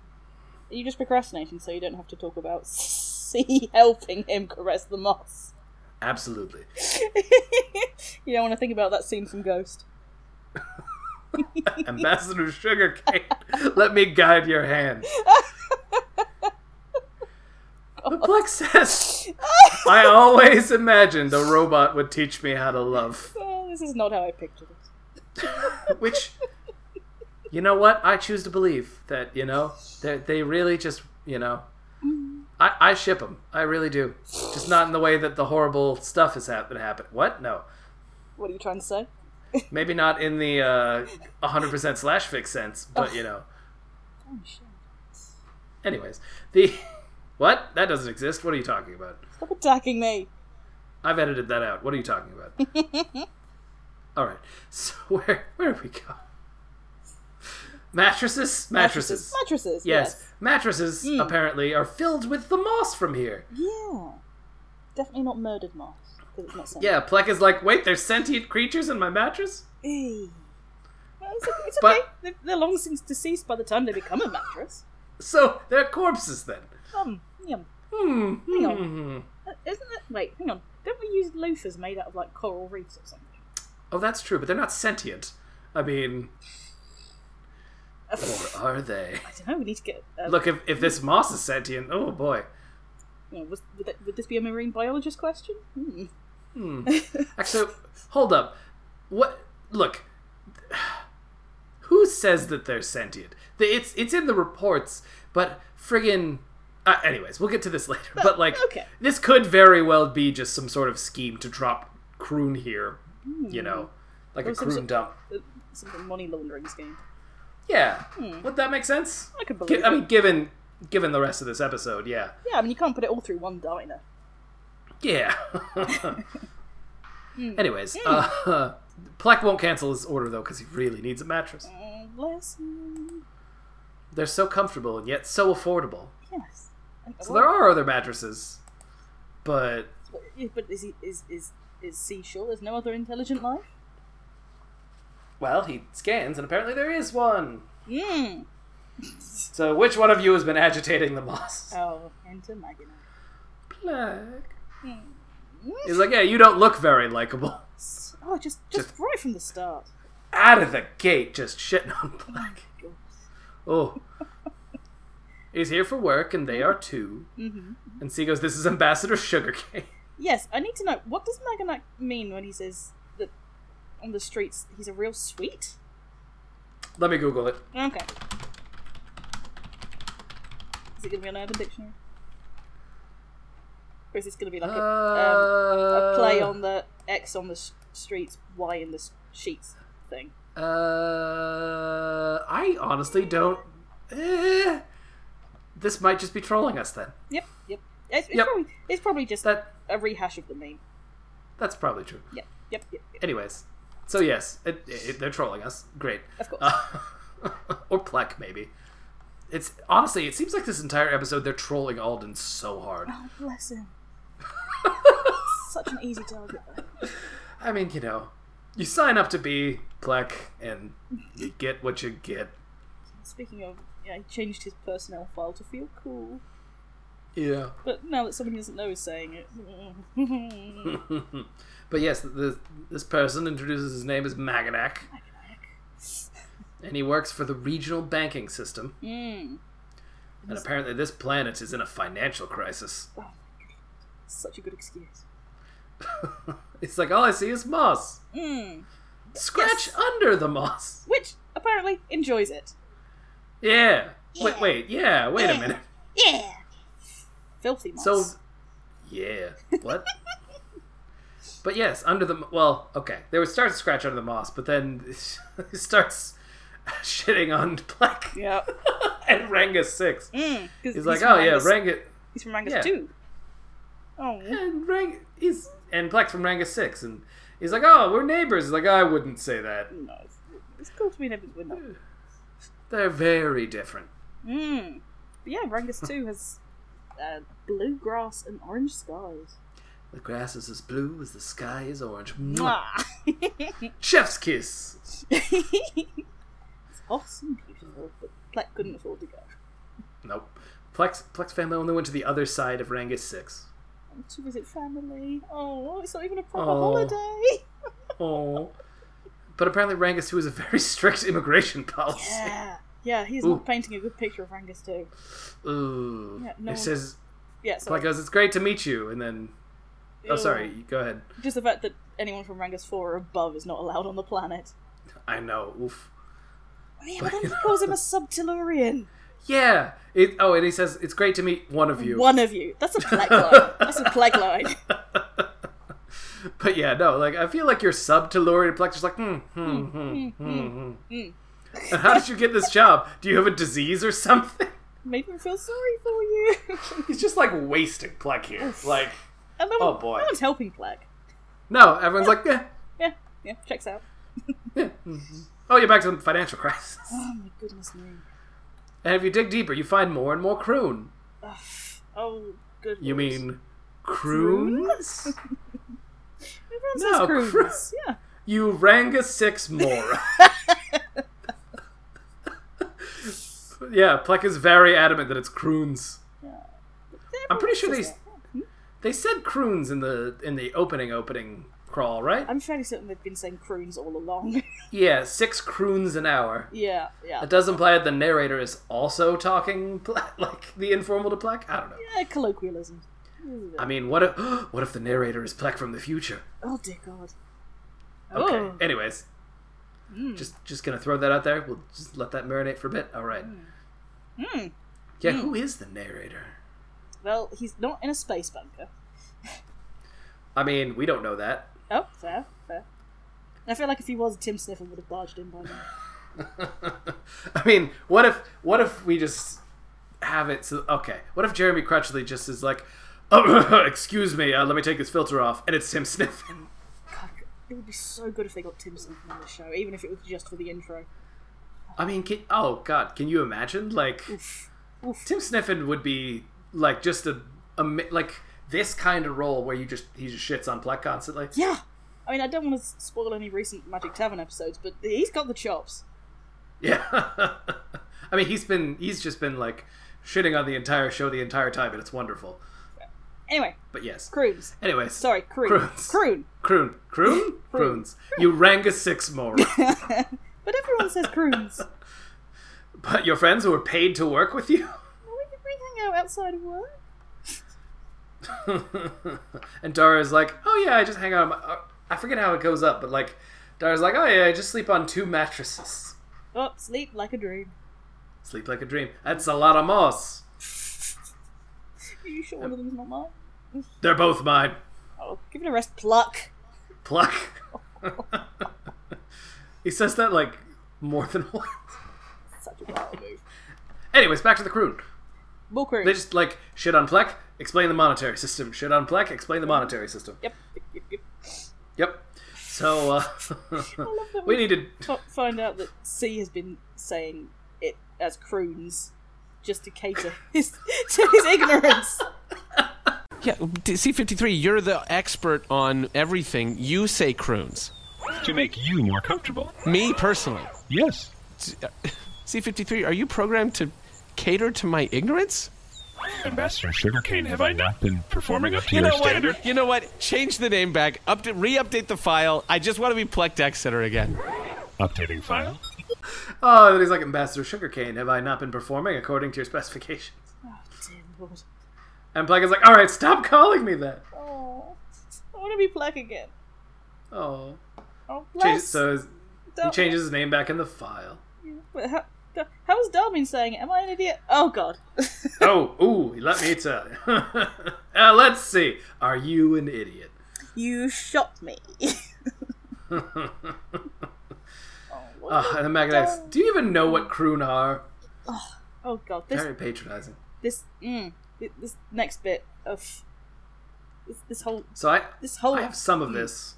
[SPEAKER 2] are you just procrastinating so you don't have to talk about <laughs> C helping him caress the moss? <laughs>
[SPEAKER 3] Absolutely.
[SPEAKER 2] You don't want to think about that scene from Ghost.
[SPEAKER 3] Ambassador Sugarcane, <laughs> let me guide your hand. But Plex says, I always imagined a robot would teach me how to love.
[SPEAKER 2] Well, this is not how I pictured it.
[SPEAKER 3] Which, you know what? I choose to believe that, you know, they they really just, you know, I, I ship them. I really do. Just not in the way that the horrible stuff has happened. Happen. What? No.
[SPEAKER 2] What are you trying to say?
[SPEAKER 3] Maybe not in the uh, 100% slash fix sense, but, you know.
[SPEAKER 2] Oh, shit.
[SPEAKER 3] Anyways, the <laughs> What? That doesn't exist. What are you talking about?
[SPEAKER 2] Stop attacking me.
[SPEAKER 3] I've edited that out. What are you talking <laughs> about? All right. So <laughs> where where do we go? Mattresses, mattresses.
[SPEAKER 2] Mattresses.
[SPEAKER 3] Yes, Hmm.
[SPEAKER 2] Yes.
[SPEAKER 3] mattresses apparently are filled with the moss from here.
[SPEAKER 2] Yeah. Definitely not murdered moss because it's not sentient.
[SPEAKER 3] Yeah, Plek is like, wait, there's sentient creatures in my mattress.
[SPEAKER 2] Eee. Well, it's okay. It's
[SPEAKER 3] But-
[SPEAKER 2] okay. They're, they're long since deceased by the time they become a mattress.
[SPEAKER 3] So they're corpses then.
[SPEAKER 2] Um, yum.
[SPEAKER 3] Hmm.
[SPEAKER 2] Hang on.
[SPEAKER 3] hmm.
[SPEAKER 2] Uh, Isn't it? Wait, hang on. Don't we use loafers made out of like coral reefs or something?
[SPEAKER 3] Oh, that's true, but they're not sentient. I mean, or are they?
[SPEAKER 2] I don't know. We need to get. Uh,
[SPEAKER 3] Look, if, if this moss is sentient, oh boy.
[SPEAKER 2] you know, was, would, that, would this be a marine biologist question? Hmm.
[SPEAKER 3] Actually, hold up. What? Look. Who says that they're sentient? The- It's it's in the reports, but friggin'. Uh, anyways, we'll get to this <laughs> later. But like,
[SPEAKER 2] Oh, okay.
[SPEAKER 3] this could very well be just some sort of scheme to drop Croon here. You know, like a
[SPEAKER 2] Or Hmm. some
[SPEAKER 3] Croon
[SPEAKER 2] sort-
[SPEAKER 3] dump.
[SPEAKER 2] Uh, Some sort of money laundering scheme.
[SPEAKER 3] Yeah. Would that make sense?
[SPEAKER 2] Hmm. I could
[SPEAKER 3] Gi-
[SPEAKER 2] believe
[SPEAKER 3] I
[SPEAKER 2] it.
[SPEAKER 3] mean, given given the rest of this episode, yeah.
[SPEAKER 2] Yeah, I mean you can't put it all through one diner.
[SPEAKER 3] Yeah.
[SPEAKER 2] Hmm.
[SPEAKER 3] <laughs> Anyways, uh, <laughs> Plek won't cancel his order though because he really needs a mattress.
[SPEAKER 2] Unless, mm,
[SPEAKER 3] They're so comfortable and yet so affordable.
[SPEAKER 2] yes.
[SPEAKER 3] So there are other mattresses, but
[SPEAKER 2] Yeah, But is he, is is is sea sure there's no other intelligent life?
[SPEAKER 3] well, he scans and apparently there is one.
[SPEAKER 2] Hmm.
[SPEAKER 3] So which one of you has been agitating the moss?
[SPEAKER 2] Oh, enter Magina.
[SPEAKER 3] Plek. He's like, yeah, you don't look very likable. <laughs>
[SPEAKER 2] Oh, just, just right from the start.
[SPEAKER 3] Out of the gate, just shitting on Plek.
[SPEAKER 2] God.
[SPEAKER 3] Oh. He's here for work, and they are too. Mm-hmm. And C goes, This is Ambassador Sugarcane. <laughs>
[SPEAKER 2] Yes, I need to know what does Maganak mean when he says that on the streets he's a real sweet?
[SPEAKER 3] Let me Google it.
[SPEAKER 2] Okay. Is it gonna be on Urban Dictionary? Or is this gonna be like a, um, a play
[SPEAKER 3] Uh.
[SPEAKER 2] on the X on the s streets, Y in the s- sheets thing?
[SPEAKER 3] Uh, I honestly don't. Eh, this might just be trolling us then.
[SPEAKER 2] Yep, yep. It's, it's,
[SPEAKER 3] Yep.
[SPEAKER 2] Probably, it's probably just
[SPEAKER 3] That
[SPEAKER 2] a rehash of the meme.
[SPEAKER 3] that's probably true.
[SPEAKER 2] Yep, yep, yep. yep.
[SPEAKER 3] Anyways, so yes, it, it, they're trolling us. Great. <laughs>
[SPEAKER 2] Of course.
[SPEAKER 3] Ah. or Plek maybe. It's honestly, it seems like this entire episode they're trolling Alden so hard.
[SPEAKER 2] Oh, bless
[SPEAKER 3] <laughs>
[SPEAKER 2] him. Such an easy target. though.
[SPEAKER 3] I mean, you know, you sign up to be Plek and you get what you get.
[SPEAKER 2] Speaking of, yeah, he changed his personnel file to feel cool.
[SPEAKER 3] Yeah.
[SPEAKER 2] But now that someone he doesn't know is saying it.
[SPEAKER 3] But yes, the, this person introduces his name as Maganak. And he works for the regional banking system. Hmm.
[SPEAKER 2] mm,
[SPEAKER 3] And apparently, this planet is in a financial crisis.
[SPEAKER 2] <laughs> such a good excuse.
[SPEAKER 3] It's like all I see is moss. Hmm.
[SPEAKER 2] Mm.
[SPEAKER 3] Scratch under the moss.
[SPEAKER 2] Which apparently enjoys it.
[SPEAKER 3] Yeah. Wait, wait, yeah, wait a minute.
[SPEAKER 2] Yeah. Filthy moss.
[SPEAKER 3] So, yeah. What? <laughs> but yes, under the well, okay. There was starts to scratch under the moss, but then <laughs> it starts <laughs> shitting on Black
[SPEAKER 2] yeah.
[SPEAKER 3] <laughs> and Rangus Six.
[SPEAKER 2] Mm, 'cause
[SPEAKER 3] <laughs> He's like,
[SPEAKER 2] from
[SPEAKER 3] oh yeah,
[SPEAKER 2] Rangus-
[SPEAKER 3] Rangus
[SPEAKER 2] He's from Rangus
[SPEAKER 3] yeah.
[SPEAKER 2] too. Oh.
[SPEAKER 3] and Rang he's and Black's from Rangus Six, and he's like, oh, we're neighbors. He's like, I wouldn't say that.
[SPEAKER 2] No, it's, it's cool to be never we're not.
[SPEAKER 3] They're very different.
[SPEAKER 2] Mm. But yeah, Rangus too has uh, blue grass and orange skies.
[SPEAKER 3] The grass is as blue as the sky is orange. Mwah.
[SPEAKER 2] Mwah. <laughs>
[SPEAKER 3] Chef's kiss.
[SPEAKER 2] it's awesome, beautiful, but Black couldn't afford to go.
[SPEAKER 3] Nope. Plex Plex family only went to the other side of Rangus Six.
[SPEAKER 2] To visit family. Oh, it's not even a proper
[SPEAKER 3] Oh.
[SPEAKER 2] holiday.
[SPEAKER 3] <laughs> Oh. But apparently Rangus, who is a very <laughs> strict immigration policy.
[SPEAKER 2] Yeah. Yeah, he's
[SPEAKER 3] Ooh.
[SPEAKER 2] not painting a good picture of Rangus too.
[SPEAKER 3] Ooh.
[SPEAKER 2] Yeah, no
[SPEAKER 3] it
[SPEAKER 2] one-
[SPEAKER 3] says,
[SPEAKER 2] Yeah, so
[SPEAKER 3] like, goes, it's great to meet you, and then... Oh,
[SPEAKER 2] Ew.
[SPEAKER 3] sorry, go ahead.
[SPEAKER 2] just the fact that anyone from Rangus Four or above is not allowed on the planet.
[SPEAKER 3] <laughs> I know, oof.
[SPEAKER 2] Yeah, but then he calls him a
[SPEAKER 3] <laughs>
[SPEAKER 2] subtellurian.
[SPEAKER 3] Yeah! It, oh, and he says, it's great to meet one of you.
[SPEAKER 2] One of you. That's a plague line. That's a plague line. <laughs>
[SPEAKER 3] But yeah, no, like, I feel like you're sub to Lori and Plex, just like, hmm, hmm, hmm, hmm, hmm. And how did you get this job? Do you have a disease or something? <laughs>
[SPEAKER 2] Made me feel sorry for you. <laughs>
[SPEAKER 3] He's just like wasted Plek here. Like,
[SPEAKER 2] And no
[SPEAKER 3] Oh,
[SPEAKER 2] one-
[SPEAKER 3] boy.
[SPEAKER 2] No one's helping Plague.
[SPEAKER 3] no, everyone's like, yeah.
[SPEAKER 2] Yeah, yeah, checks out.
[SPEAKER 3] Oh, you're back to the financial crisis.
[SPEAKER 2] <laughs> Oh my goodness me.
[SPEAKER 3] And if you dig deeper, you find more and more croon.
[SPEAKER 2] Oh, good.
[SPEAKER 3] You
[SPEAKER 2] lord.
[SPEAKER 3] mean croons?
[SPEAKER 2] Everyone
[SPEAKER 3] No,
[SPEAKER 2] says croons.
[SPEAKER 3] cru-
[SPEAKER 2] Yeah.
[SPEAKER 3] you ranga six more. yeah, Plek is very adamant that it's croons. I'm pretty sure they
[SPEAKER 2] Everyone says that. Hmm?
[SPEAKER 3] they said croons in the in the opening opening crawl, right?
[SPEAKER 2] I'm fairly certain they've been saying croons all along. <laughs>
[SPEAKER 3] Yeah, six croons an hour.
[SPEAKER 2] yeah, yeah.
[SPEAKER 3] It does imply that the narrator is also talking <laughs> Ple- like the informal to Plek. I don't know.
[SPEAKER 2] yeah Eh, colloquialism.
[SPEAKER 3] I mean, what if <gasps> what if the narrator is Plek from the future?
[SPEAKER 2] Oh dear God.
[SPEAKER 3] Okay.
[SPEAKER 2] Oh. Mm.
[SPEAKER 3] Anyways, just just gonna throw that out there. We'll just let that marinate for a bit. All right.
[SPEAKER 2] Mm.
[SPEAKER 3] Yeah, who is the narrator?
[SPEAKER 2] Oh, Well, he's not in a space bunker.
[SPEAKER 3] I mean, we don't know that. <laughs>
[SPEAKER 2] Oh, fair, fair. I feel like if he was, Tim Sniffin would have barged in by now.
[SPEAKER 3] I mean, what if what if we just have it? So, okay, what if Jeremy Crutchley just is like, <coughs> oh, excuse me, uh, let me take this filter off, and it's Tim Sniffin.
[SPEAKER 2] God, it would be so good if they got Tim Sniffin on the show, even if it was just for the intro.
[SPEAKER 3] <laughs> I mean, can, oh god, can you imagine? Like,
[SPEAKER 2] Oof.
[SPEAKER 3] Tim Sniffin would be like just a, a mi- like this kind of role where you just he just shits on Plek constantly.
[SPEAKER 2] Yeah. I mean, I don't want to spoil any recent Magic Tavern episodes, but he's got the chops.
[SPEAKER 3] Yeah. <laughs> I mean, he's been he's just been like shitting on the entire show the entire time, and it's wonderful.
[SPEAKER 2] Anyway,
[SPEAKER 3] But yes.
[SPEAKER 2] croons.
[SPEAKER 3] Anyways.
[SPEAKER 2] Sorry, croon.
[SPEAKER 3] Croons.
[SPEAKER 2] Croon.
[SPEAKER 3] Croon.
[SPEAKER 2] <laughs>
[SPEAKER 3] Croon? Croons. You rang a six more.
[SPEAKER 2] But everyone says croons. <laughs> Well,
[SPEAKER 3] but your friends who were paid to work with you? <laughs>
[SPEAKER 2] we, we hang out outside of work.
[SPEAKER 3] and Dara's like, oh yeah, I just hang out. On my, uh, I forget how it goes up, but like, Dara's like, oh yeah, I just sleep on two mattresses.
[SPEAKER 2] Oh, sleep like a dream.
[SPEAKER 3] Sleep like a dream. That's a lot of moss.
[SPEAKER 2] Are you sure one of them's not mine?
[SPEAKER 3] They're both mine.
[SPEAKER 2] Oh, give it a rest, pluck.
[SPEAKER 3] Pluck. <laughs> he says that like more than <laughs> once.
[SPEAKER 2] Such a wild move.
[SPEAKER 3] Anyways, back to the croon.
[SPEAKER 2] More croons.
[SPEAKER 3] They just like shit on Plek, explain the monetary system. Shit on Plek, explain the monetary system.
[SPEAKER 2] Yep, yep, yep, yep.
[SPEAKER 3] Yep. So uh, <laughs> we needed.
[SPEAKER 2] F- find out that C has been saying it as croons just to cater <laughs> his, to his ignorance.
[SPEAKER 4] Yeah, C fifty three. You're the expert on everything. You say croons.
[SPEAKER 5] To make you more comfortable.
[SPEAKER 4] Me personally.
[SPEAKER 5] Yes.
[SPEAKER 4] <laughs> C fifty three. Are you programmed to cater to my ignorance?
[SPEAKER 5] Ambassador Sugarcane, have I not been performing up to
[SPEAKER 4] You
[SPEAKER 5] your
[SPEAKER 4] know
[SPEAKER 5] standard?
[SPEAKER 4] what? You know what? Change the name back. Update, re-update the file. I just want to be Plek Dexter again.
[SPEAKER 5] Updating file.
[SPEAKER 3] Oh, then he's like Ambassador Sugarcane. Have I not been performing according to your specifications?
[SPEAKER 2] oh, <laughs> dear lord.
[SPEAKER 3] And Plek is like, all right, stop calling me that.
[SPEAKER 2] Oh, I want to be pluck again.
[SPEAKER 3] Oh,
[SPEAKER 2] Oh,
[SPEAKER 3] Change-
[SPEAKER 2] bless.
[SPEAKER 3] so his- he
[SPEAKER 2] Dar-
[SPEAKER 3] changes his name back in the file.
[SPEAKER 2] Wait, How, Dar- how is Darwin saying it? Am I an idiot? Oh, God. <laughs>
[SPEAKER 3] Oh, ooh, let me tell you. <laughs> uh, let's see. Are you an idiot? <laughs>
[SPEAKER 2] you shot me.
[SPEAKER 3] Oh, Ah, and then Mac asks, do you even know what croon are?
[SPEAKER 2] oh, God. This
[SPEAKER 3] Very patronizing.
[SPEAKER 2] this mm, thi- this next bit of this, this whole
[SPEAKER 3] So I,
[SPEAKER 2] this whole
[SPEAKER 3] I have some of this.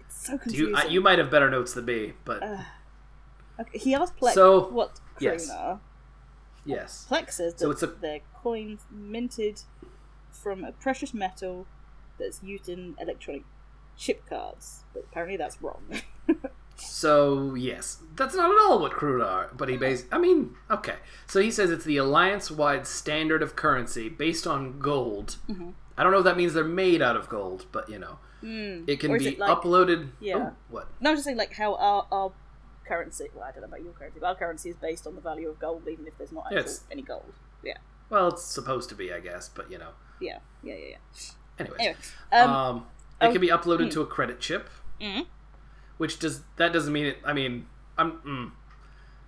[SPEAKER 2] it's so
[SPEAKER 3] Do
[SPEAKER 2] confusing. Uh,
[SPEAKER 3] you, I, you might have better notes than me, but
[SPEAKER 2] Okay, he asked Plex
[SPEAKER 3] So,
[SPEAKER 2] what kroon
[SPEAKER 3] yes.
[SPEAKER 2] are.
[SPEAKER 3] yes.
[SPEAKER 2] Plex says that
[SPEAKER 3] So it's a-
[SPEAKER 2] they're coins minted from a precious metal that's used in electronic chip cards, but apparently that's wrong. <laughs>
[SPEAKER 3] So yes, that's not at all what crude are. But he base. I mean, okay. So he says it's the alliance-wide standard of currency based on gold.
[SPEAKER 2] Mm-hmm.
[SPEAKER 3] I don't know if that means they're made out of gold, but you know, it can
[SPEAKER 2] Hmm. or is
[SPEAKER 3] be
[SPEAKER 2] it like-
[SPEAKER 3] uploaded.
[SPEAKER 2] Yeah.
[SPEAKER 3] Oh, what?
[SPEAKER 2] no, I'm just saying like how our our currency. Well, I don't know about your currency, but our currency is based on the value of gold, even if there's not actual
[SPEAKER 3] Yes.
[SPEAKER 2] any gold. Yeah,
[SPEAKER 3] Well, it's supposed to be, I guess. But you know,
[SPEAKER 2] yeah, yeah, yeah. yeah.
[SPEAKER 3] anyways.
[SPEAKER 2] Anyway,
[SPEAKER 3] Um,
[SPEAKER 2] um,
[SPEAKER 3] it can be uploaded to a credit chip, which does that doesn't mean it. I mean, I'm.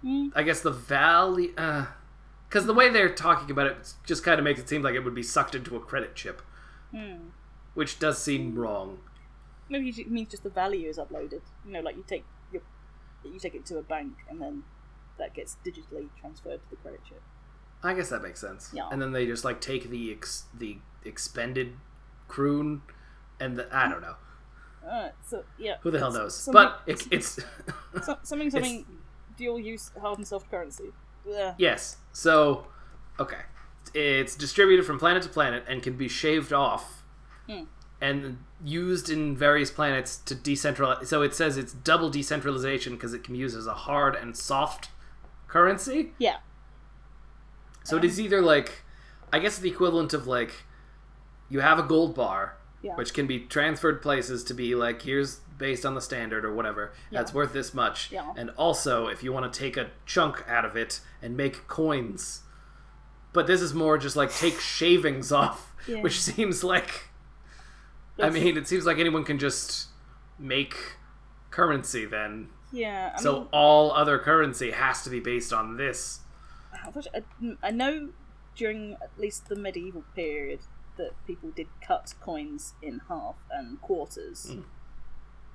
[SPEAKER 3] Mm, I guess the value, because the way they're talking about it just kind of makes it seem like it would be sucked into a credit chip, which does seem wrong.
[SPEAKER 2] maybe it means just the value is uploaded. You know, like you take your you take it to a bank and then that gets digitally transferred to the credit chip.
[SPEAKER 3] I guess that makes sense.
[SPEAKER 2] Yeah.
[SPEAKER 3] And then they just like take the ex- the expended croon, and the, I don't know
[SPEAKER 2] Uh, so yeah.
[SPEAKER 3] who the hell knows,
[SPEAKER 2] Some-
[SPEAKER 3] but it's <laughs> it's
[SPEAKER 2] so, something something dual use hard and soft currency. Ugh.
[SPEAKER 3] yes. So okay, it's distributed from planet to planet and can be shaved off. And used in various planets to decentralize. So it says it's double decentralization because it can be used as a hard and soft currency.
[SPEAKER 2] Yeah.
[SPEAKER 3] So it is either like, I guess the equivalent of like, you have a gold bar,
[SPEAKER 2] Yeah.
[SPEAKER 3] which can be transferred places to be like, here's based on the standard or whatever, that's worth this much.
[SPEAKER 2] Yeah.
[SPEAKER 3] And also, if you want to take a chunk out of it and make coins. But this is more just
[SPEAKER 2] <sighs>
[SPEAKER 3] like take shavings off,
[SPEAKER 2] Yeah.
[SPEAKER 3] which seems like. I mean, it seems like anyone can just make currency then.
[SPEAKER 2] Yeah. I
[SPEAKER 3] so
[SPEAKER 2] mean,
[SPEAKER 3] all other currency has to be based on this.
[SPEAKER 2] how much- I, I know during at least the medieval period that people did cut coins in half and quarters
[SPEAKER 3] Hmm.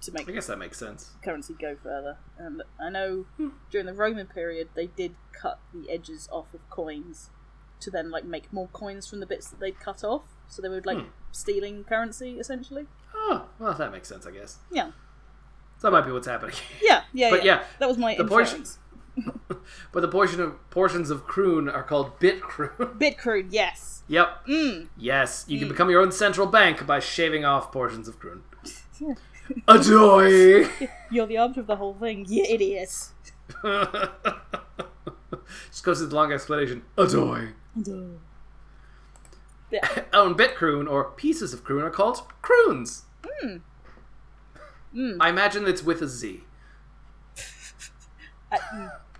[SPEAKER 2] to make
[SPEAKER 3] I guess that makes sense.
[SPEAKER 2] currency go further. And I know
[SPEAKER 3] Hmm.
[SPEAKER 2] during the Roman period they did cut the edges off of coins to then like make more coins from the bits that they'd cut off. So they were like
[SPEAKER 3] Hmm.
[SPEAKER 2] stealing currency essentially.
[SPEAKER 3] Oh, well, that makes sense, I guess.
[SPEAKER 2] Yeah.
[SPEAKER 3] So that might be what's happening. <laughs>
[SPEAKER 2] Yeah, yeah,
[SPEAKER 3] But
[SPEAKER 2] yeah.
[SPEAKER 3] yeah,
[SPEAKER 2] That was my
[SPEAKER 3] the portion-
[SPEAKER 2] inference.
[SPEAKER 3] but the portion of portions of croon are called bit croon. <laughs>
[SPEAKER 2] Bitcrude, yes.
[SPEAKER 3] yep. Yes, you can become your own central bank by shaving off portions of croon.
[SPEAKER 2] Yeah.
[SPEAKER 3] A joy.
[SPEAKER 2] You're the arbiter of the whole thing, you idiot.
[SPEAKER 3] Just goes through the long explanation. A joy. <laughs>
[SPEAKER 2] Yeah.
[SPEAKER 3] Oh, and bit croon or pieces of croon are called croons. <laughs> I imagine it's with a Z.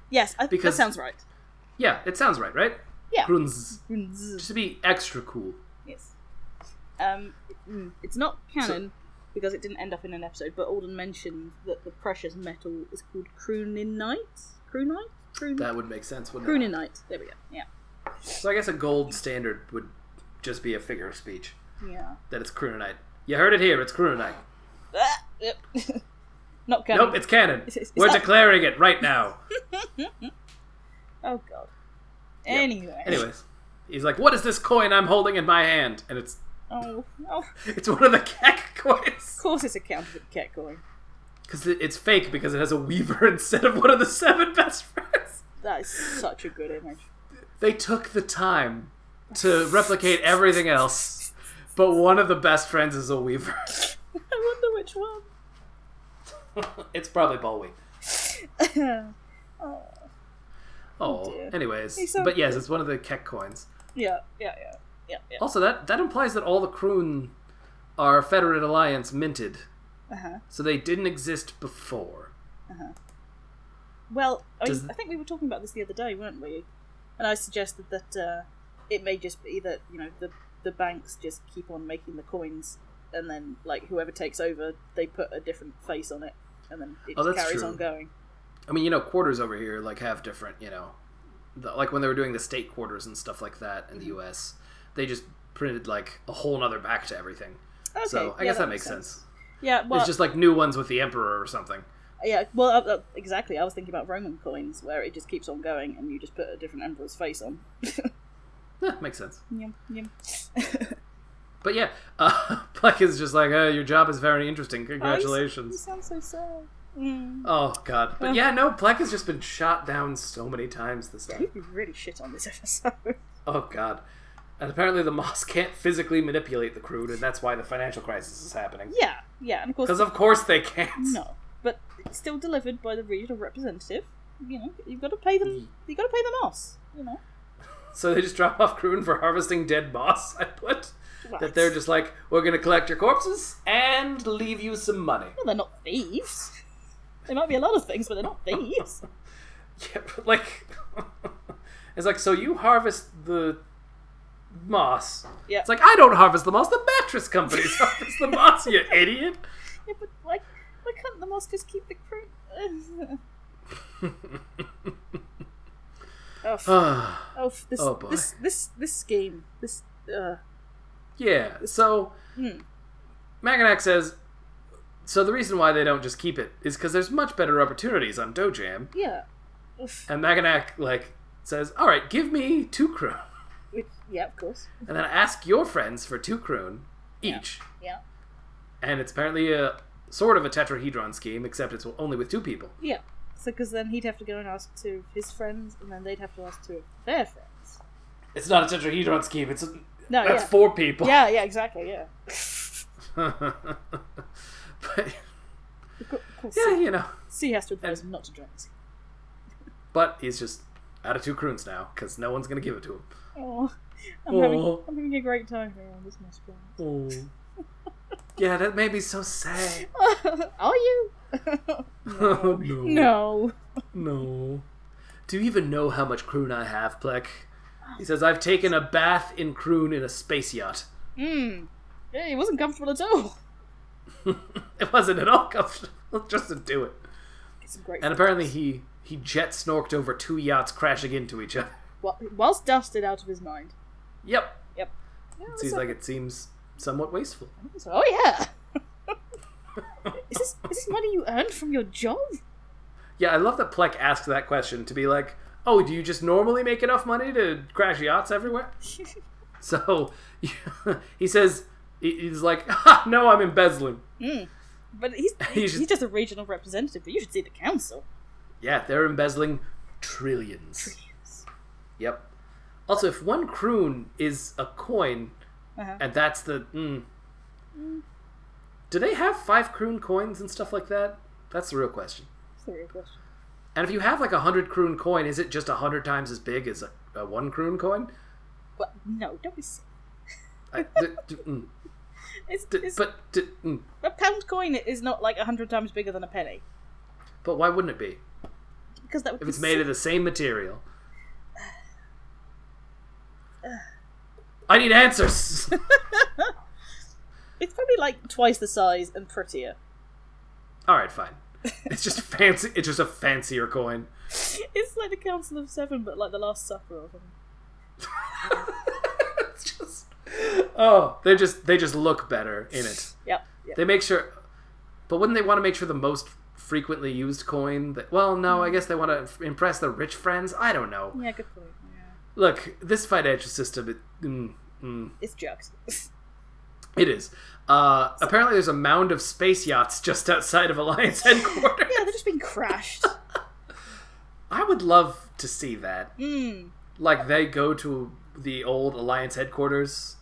[SPEAKER 2] Yes, I,
[SPEAKER 3] Because-
[SPEAKER 2] that sounds right.
[SPEAKER 3] Yeah, it sounds right, right?
[SPEAKER 2] Yeah.
[SPEAKER 3] Croons.
[SPEAKER 2] Yes.
[SPEAKER 3] Just to be extra cool.
[SPEAKER 2] Um, mm, it's not canon because it didn't end up in an episode, but Alden mentioned that the precious metal is called Kruninite? Krunite? Krun-
[SPEAKER 3] That would make sense, wouldn't it?
[SPEAKER 2] Kruninite. There we go. Yeah.
[SPEAKER 3] So I guess a gold standard would just be a figure of speech
[SPEAKER 2] Yeah.
[SPEAKER 3] that it's Krunonite. You heard it here. It's Krunonite.
[SPEAKER 2] Ah, yep. <laughs> not canon.
[SPEAKER 3] Nope, it's canon.
[SPEAKER 2] it's
[SPEAKER 3] We're
[SPEAKER 2] not-
[SPEAKER 3] declaring it right now.
[SPEAKER 2] Oh, God. Anyway.
[SPEAKER 3] Anyways, he's like, "What is this coin I'm holding in my hand?" And it's
[SPEAKER 2] Oh, oh,
[SPEAKER 3] it's one of the Keck
[SPEAKER 2] of
[SPEAKER 3] <laughs> coins
[SPEAKER 2] course it's a counterfeit cat coin.
[SPEAKER 3] because it's fake because it has a weaver <laughs> instead of one of the seven best friends.
[SPEAKER 2] That is such a good image.
[SPEAKER 3] They took the time to replicate everything else, but one of the best friends is a weaver.
[SPEAKER 2] <laughs> I wonder which one.
[SPEAKER 3] <laughs> it's probably
[SPEAKER 2] <laughs>
[SPEAKER 3] Ballwee. Oh,
[SPEAKER 2] dear.
[SPEAKER 3] anyways,
[SPEAKER 2] so
[SPEAKER 3] but yes, it's one of the Keck coins.
[SPEAKER 2] Yeah, yeah, yeah. Yeah, yeah.
[SPEAKER 3] Also, that that implies that all the Kroon are Federate Alliance minted,
[SPEAKER 2] Uh-huh.
[SPEAKER 3] so they didn't exist before.
[SPEAKER 2] Well, I, mean,
[SPEAKER 3] Does-
[SPEAKER 2] I think we were talking about this the other day, weren't we? And I suggested that uh, it may just be that you know the the banks just keep on making the coins, and then like whoever takes over, they put a different face on it, and then it
[SPEAKER 3] Oh,
[SPEAKER 2] just
[SPEAKER 3] that's
[SPEAKER 2] carries
[SPEAKER 3] true.
[SPEAKER 2] on going.
[SPEAKER 3] I mean, you know, quarters over here like have different, you know, the, like when they were doing the state quarters and stuff like that in the
[SPEAKER 2] Mm-hmm.
[SPEAKER 3] U.S., they just printed like a whole nother back to everything.
[SPEAKER 2] Okay,
[SPEAKER 3] so I
[SPEAKER 2] yeah,
[SPEAKER 3] guess that, makes sense.
[SPEAKER 2] Yeah, well,
[SPEAKER 3] It's just like new ones with the emperor or something.
[SPEAKER 2] yeah, well, uh, uh, exactly. I was thinking about Roman coins, where it just keeps on going, and you just put a different emperor's face on.
[SPEAKER 3] Yeah, makes sense.
[SPEAKER 2] Yum, yum.
[SPEAKER 3] But yeah, uh, <laughs> Pluck is just like, oh, your job is very interesting. Congratulations.
[SPEAKER 2] You sound so sad.
[SPEAKER 3] Oh god.
[SPEAKER 2] Uh.
[SPEAKER 3] But yeah, no, Black has just been shot down so many times this time.
[SPEAKER 2] We <laughs> really shit on this episode.
[SPEAKER 3] Oh god. And apparently the moss <laughs> can't physically manipulate the crude, and that's why the financial crisis is happening.
[SPEAKER 2] yeah, yeah, and of course
[SPEAKER 3] Because of course they can't.
[SPEAKER 2] No, but it's still delivered by the regional representative. You know, you've got to pay them. You have got to pay them moss. You know,
[SPEAKER 3] <laughs> So they just drop off crude for harvesting dead moss. <laughs> I put
[SPEAKER 2] Right.
[SPEAKER 3] that they're just like, we're gonna collect your corpses and leave you some money. <laughs>
[SPEAKER 2] well, they're not thieves. They might be a lot of things, but they're
[SPEAKER 3] <laughs>
[SPEAKER 2] not thieves.
[SPEAKER 3] Yeah, but like, <laughs> it's like so you harvest the moss.
[SPEAKER 2] Yeah.
[SPEAKER 3] It's like I don't harvest the moss. The mattress companies <laughs> harvest the moss. You idiot.
[SPEAKER 2] yeah, but like, why can't the moss just keep the
[SPEAKER 3] <laughs>
[SPEAKER 2] crew? oh, f- oh, f- this,
[SPEAKER 3] Oh, boy.
[SPEAKER 2] this, this, this scheme, this. Uh,
[SPEAKER 3] Yeah. So
[SPEAKER 2] Hmm.
[SPEAKER 3] Maganac says so the reason why they don't just keep it is because there's much better opportunities on Dojam.
[SPEAKER 2] yeah. Oof.
[SPEAKER 3] And Maganac like says, "All right, give me two croon,
[SPEAKER 2] Which, yeah, of course.
[SPEAKER 3] and then ask your friends for two croon each."
[SPEAKER 2] Yeah.
[SPEAKER 3] And it's apparently a sort of a tetrahedron scheme, except it's only with two people.
[SPEAKER 2] Yeah. So, because then he'd have to go and ask two of his friends, and then they'd have to ask two of their friends.
[SPEAKER 3] It's not a tetrahedron scheme. It's a,
[SPEAKER 2] No,
[SPEAKER 3] that's
[SPEAKER 2] Oh, yeah.
[SPEAKER 3] four people. <laughs>
[SPEAKER 2] Yeah, yeah, exactly, yeah.
[SPEAKER 3] but
[SPEAKER 2] Of cour- of course,
[SPEAKER 3] yeah,
[SPEAKER 2] C,
[SPEAKER 3] you know.
[SPEAKER 2] C has to advise him not to drink.
[SPEAKER 3] But he's just out of two croons now because no one's gonna give it to him.
[SPEAKER 2] Oh, I'm, having,
[SPEAKER 3] Aw.
[SPEAKER 2] I'm having a great time here on this mess plan.
[SPEAKER 3] Oh. yeah, that made me so sad. <laughs> Oh,
[SPEAKER 2] Are you?
[SPEAKER 3] no.
[SPEAKER 2] No.
[SPEAKER 3] No. Do you even know how much croon I have, Plek? He says, I've taken a bath in croon in a space yacht. <laughs>
[SPEAKER 2] Hmm. Yeah, he wasn't comfortable at all.
[SPEAKER 3] It wasn't at all comfortable <laughs> just to do it.
[SPEAKER 2] It's a great.
[SPEAKER 3] And apparently he he jet snorked over two yachts crashing into each other. <laughs>
[SPEAKER 2] Wa- Whilst dusted out of his mind.
[SPEAKER 3] Yep.
[SPEAKER 2] Yep.
[SPEAKER 3] It seems like it seems somewhat wasteful.
[SPEAKER 2] So- oh
[SPEAKER 3] <laughs>
[SPEAKER 2] yeah. is this is this money you earned from your job?
[SPEAKER 3] Yeah, I love that Plek asked that question to be like, "Oh, do you just normally make enough money to crash yachts <laughs> everywhere?" So <laughs> he says he- he's like, ha, "No, I'm embezzling."
[SPEAKER 2] But he's
[SPEAKER 3] <laughs> You
[SPEAKER 2] he's
[SPEAKER 3] should-
[SPEAKER 2] just a regional representative. But you should see the council.
[SPEAKER 3] Yeah, they're embezzling trillions. Yep. Also, if one croon is a coin,
[SPEAKER 2] Uh-huh.
[SPEAKER 3] and that's the mm, do they have five croon coins and stuff like that? That's the real question.
[SPEAKER 2] That's the real question.
[SPEAKER 3] And if you have like a hundred croon coin, is it just a hundred times as big as a, a one croon coin?
[SPEAKER 2] But no, don't be silly.
[SPEAKER 3] I, th- d- mm,
[SPEAKER 2] It's,
[SPEAKER 3] d-
[SPEAKER 2] it's,
[SPEAKER 3] but d- mm,
[SPEAKER 2] a pound coin is not like a hundred times bigger than a penny
[SPEAKER 3] but why wouldn't it be
[SPEAKER 2] because that would
[SPEAKER 3] if
[SPEAKER 2] be
[SPEAKER 3] it's made of the same material? I need answers. <laughs>
[SPEAKER 2] It's probably like twice the size and prettier.
[SPEAKER 3] All right, fine. It's just fancy. It's just a fancier coin.
[SPEAKER 2] It's like the Council of Seven, but like the Last Supper or something.
[SPEAKER 3] it's just oh, they just they just look better in it.
[SPEAKER 2] Yep. yep.
[SPEAKER 3] They make sure, but wouldn't they want to make sure the most frequently used coin? That, well, no, I guess they want to impress their rich friends. I don't know.
[SPEAKER 2] Yeah, good point. Yeah.
[SPEAKER 3] Look, this financial system. It, mm, mm,
[SPEAKER 2] It's jokes.
[SPEAKER 3] It is. Uh, apparently, there's a mound of space yachts just outside of <laughs> Alliance headquarters.
[SPEAKER 2] yeah, <laughs> they're just being crashed.
[SPEAKER 3] I would love to see that.
[SPEAKER 2] Mm.
[SPEAKER 3] Like they go to the old Alliance headquarters,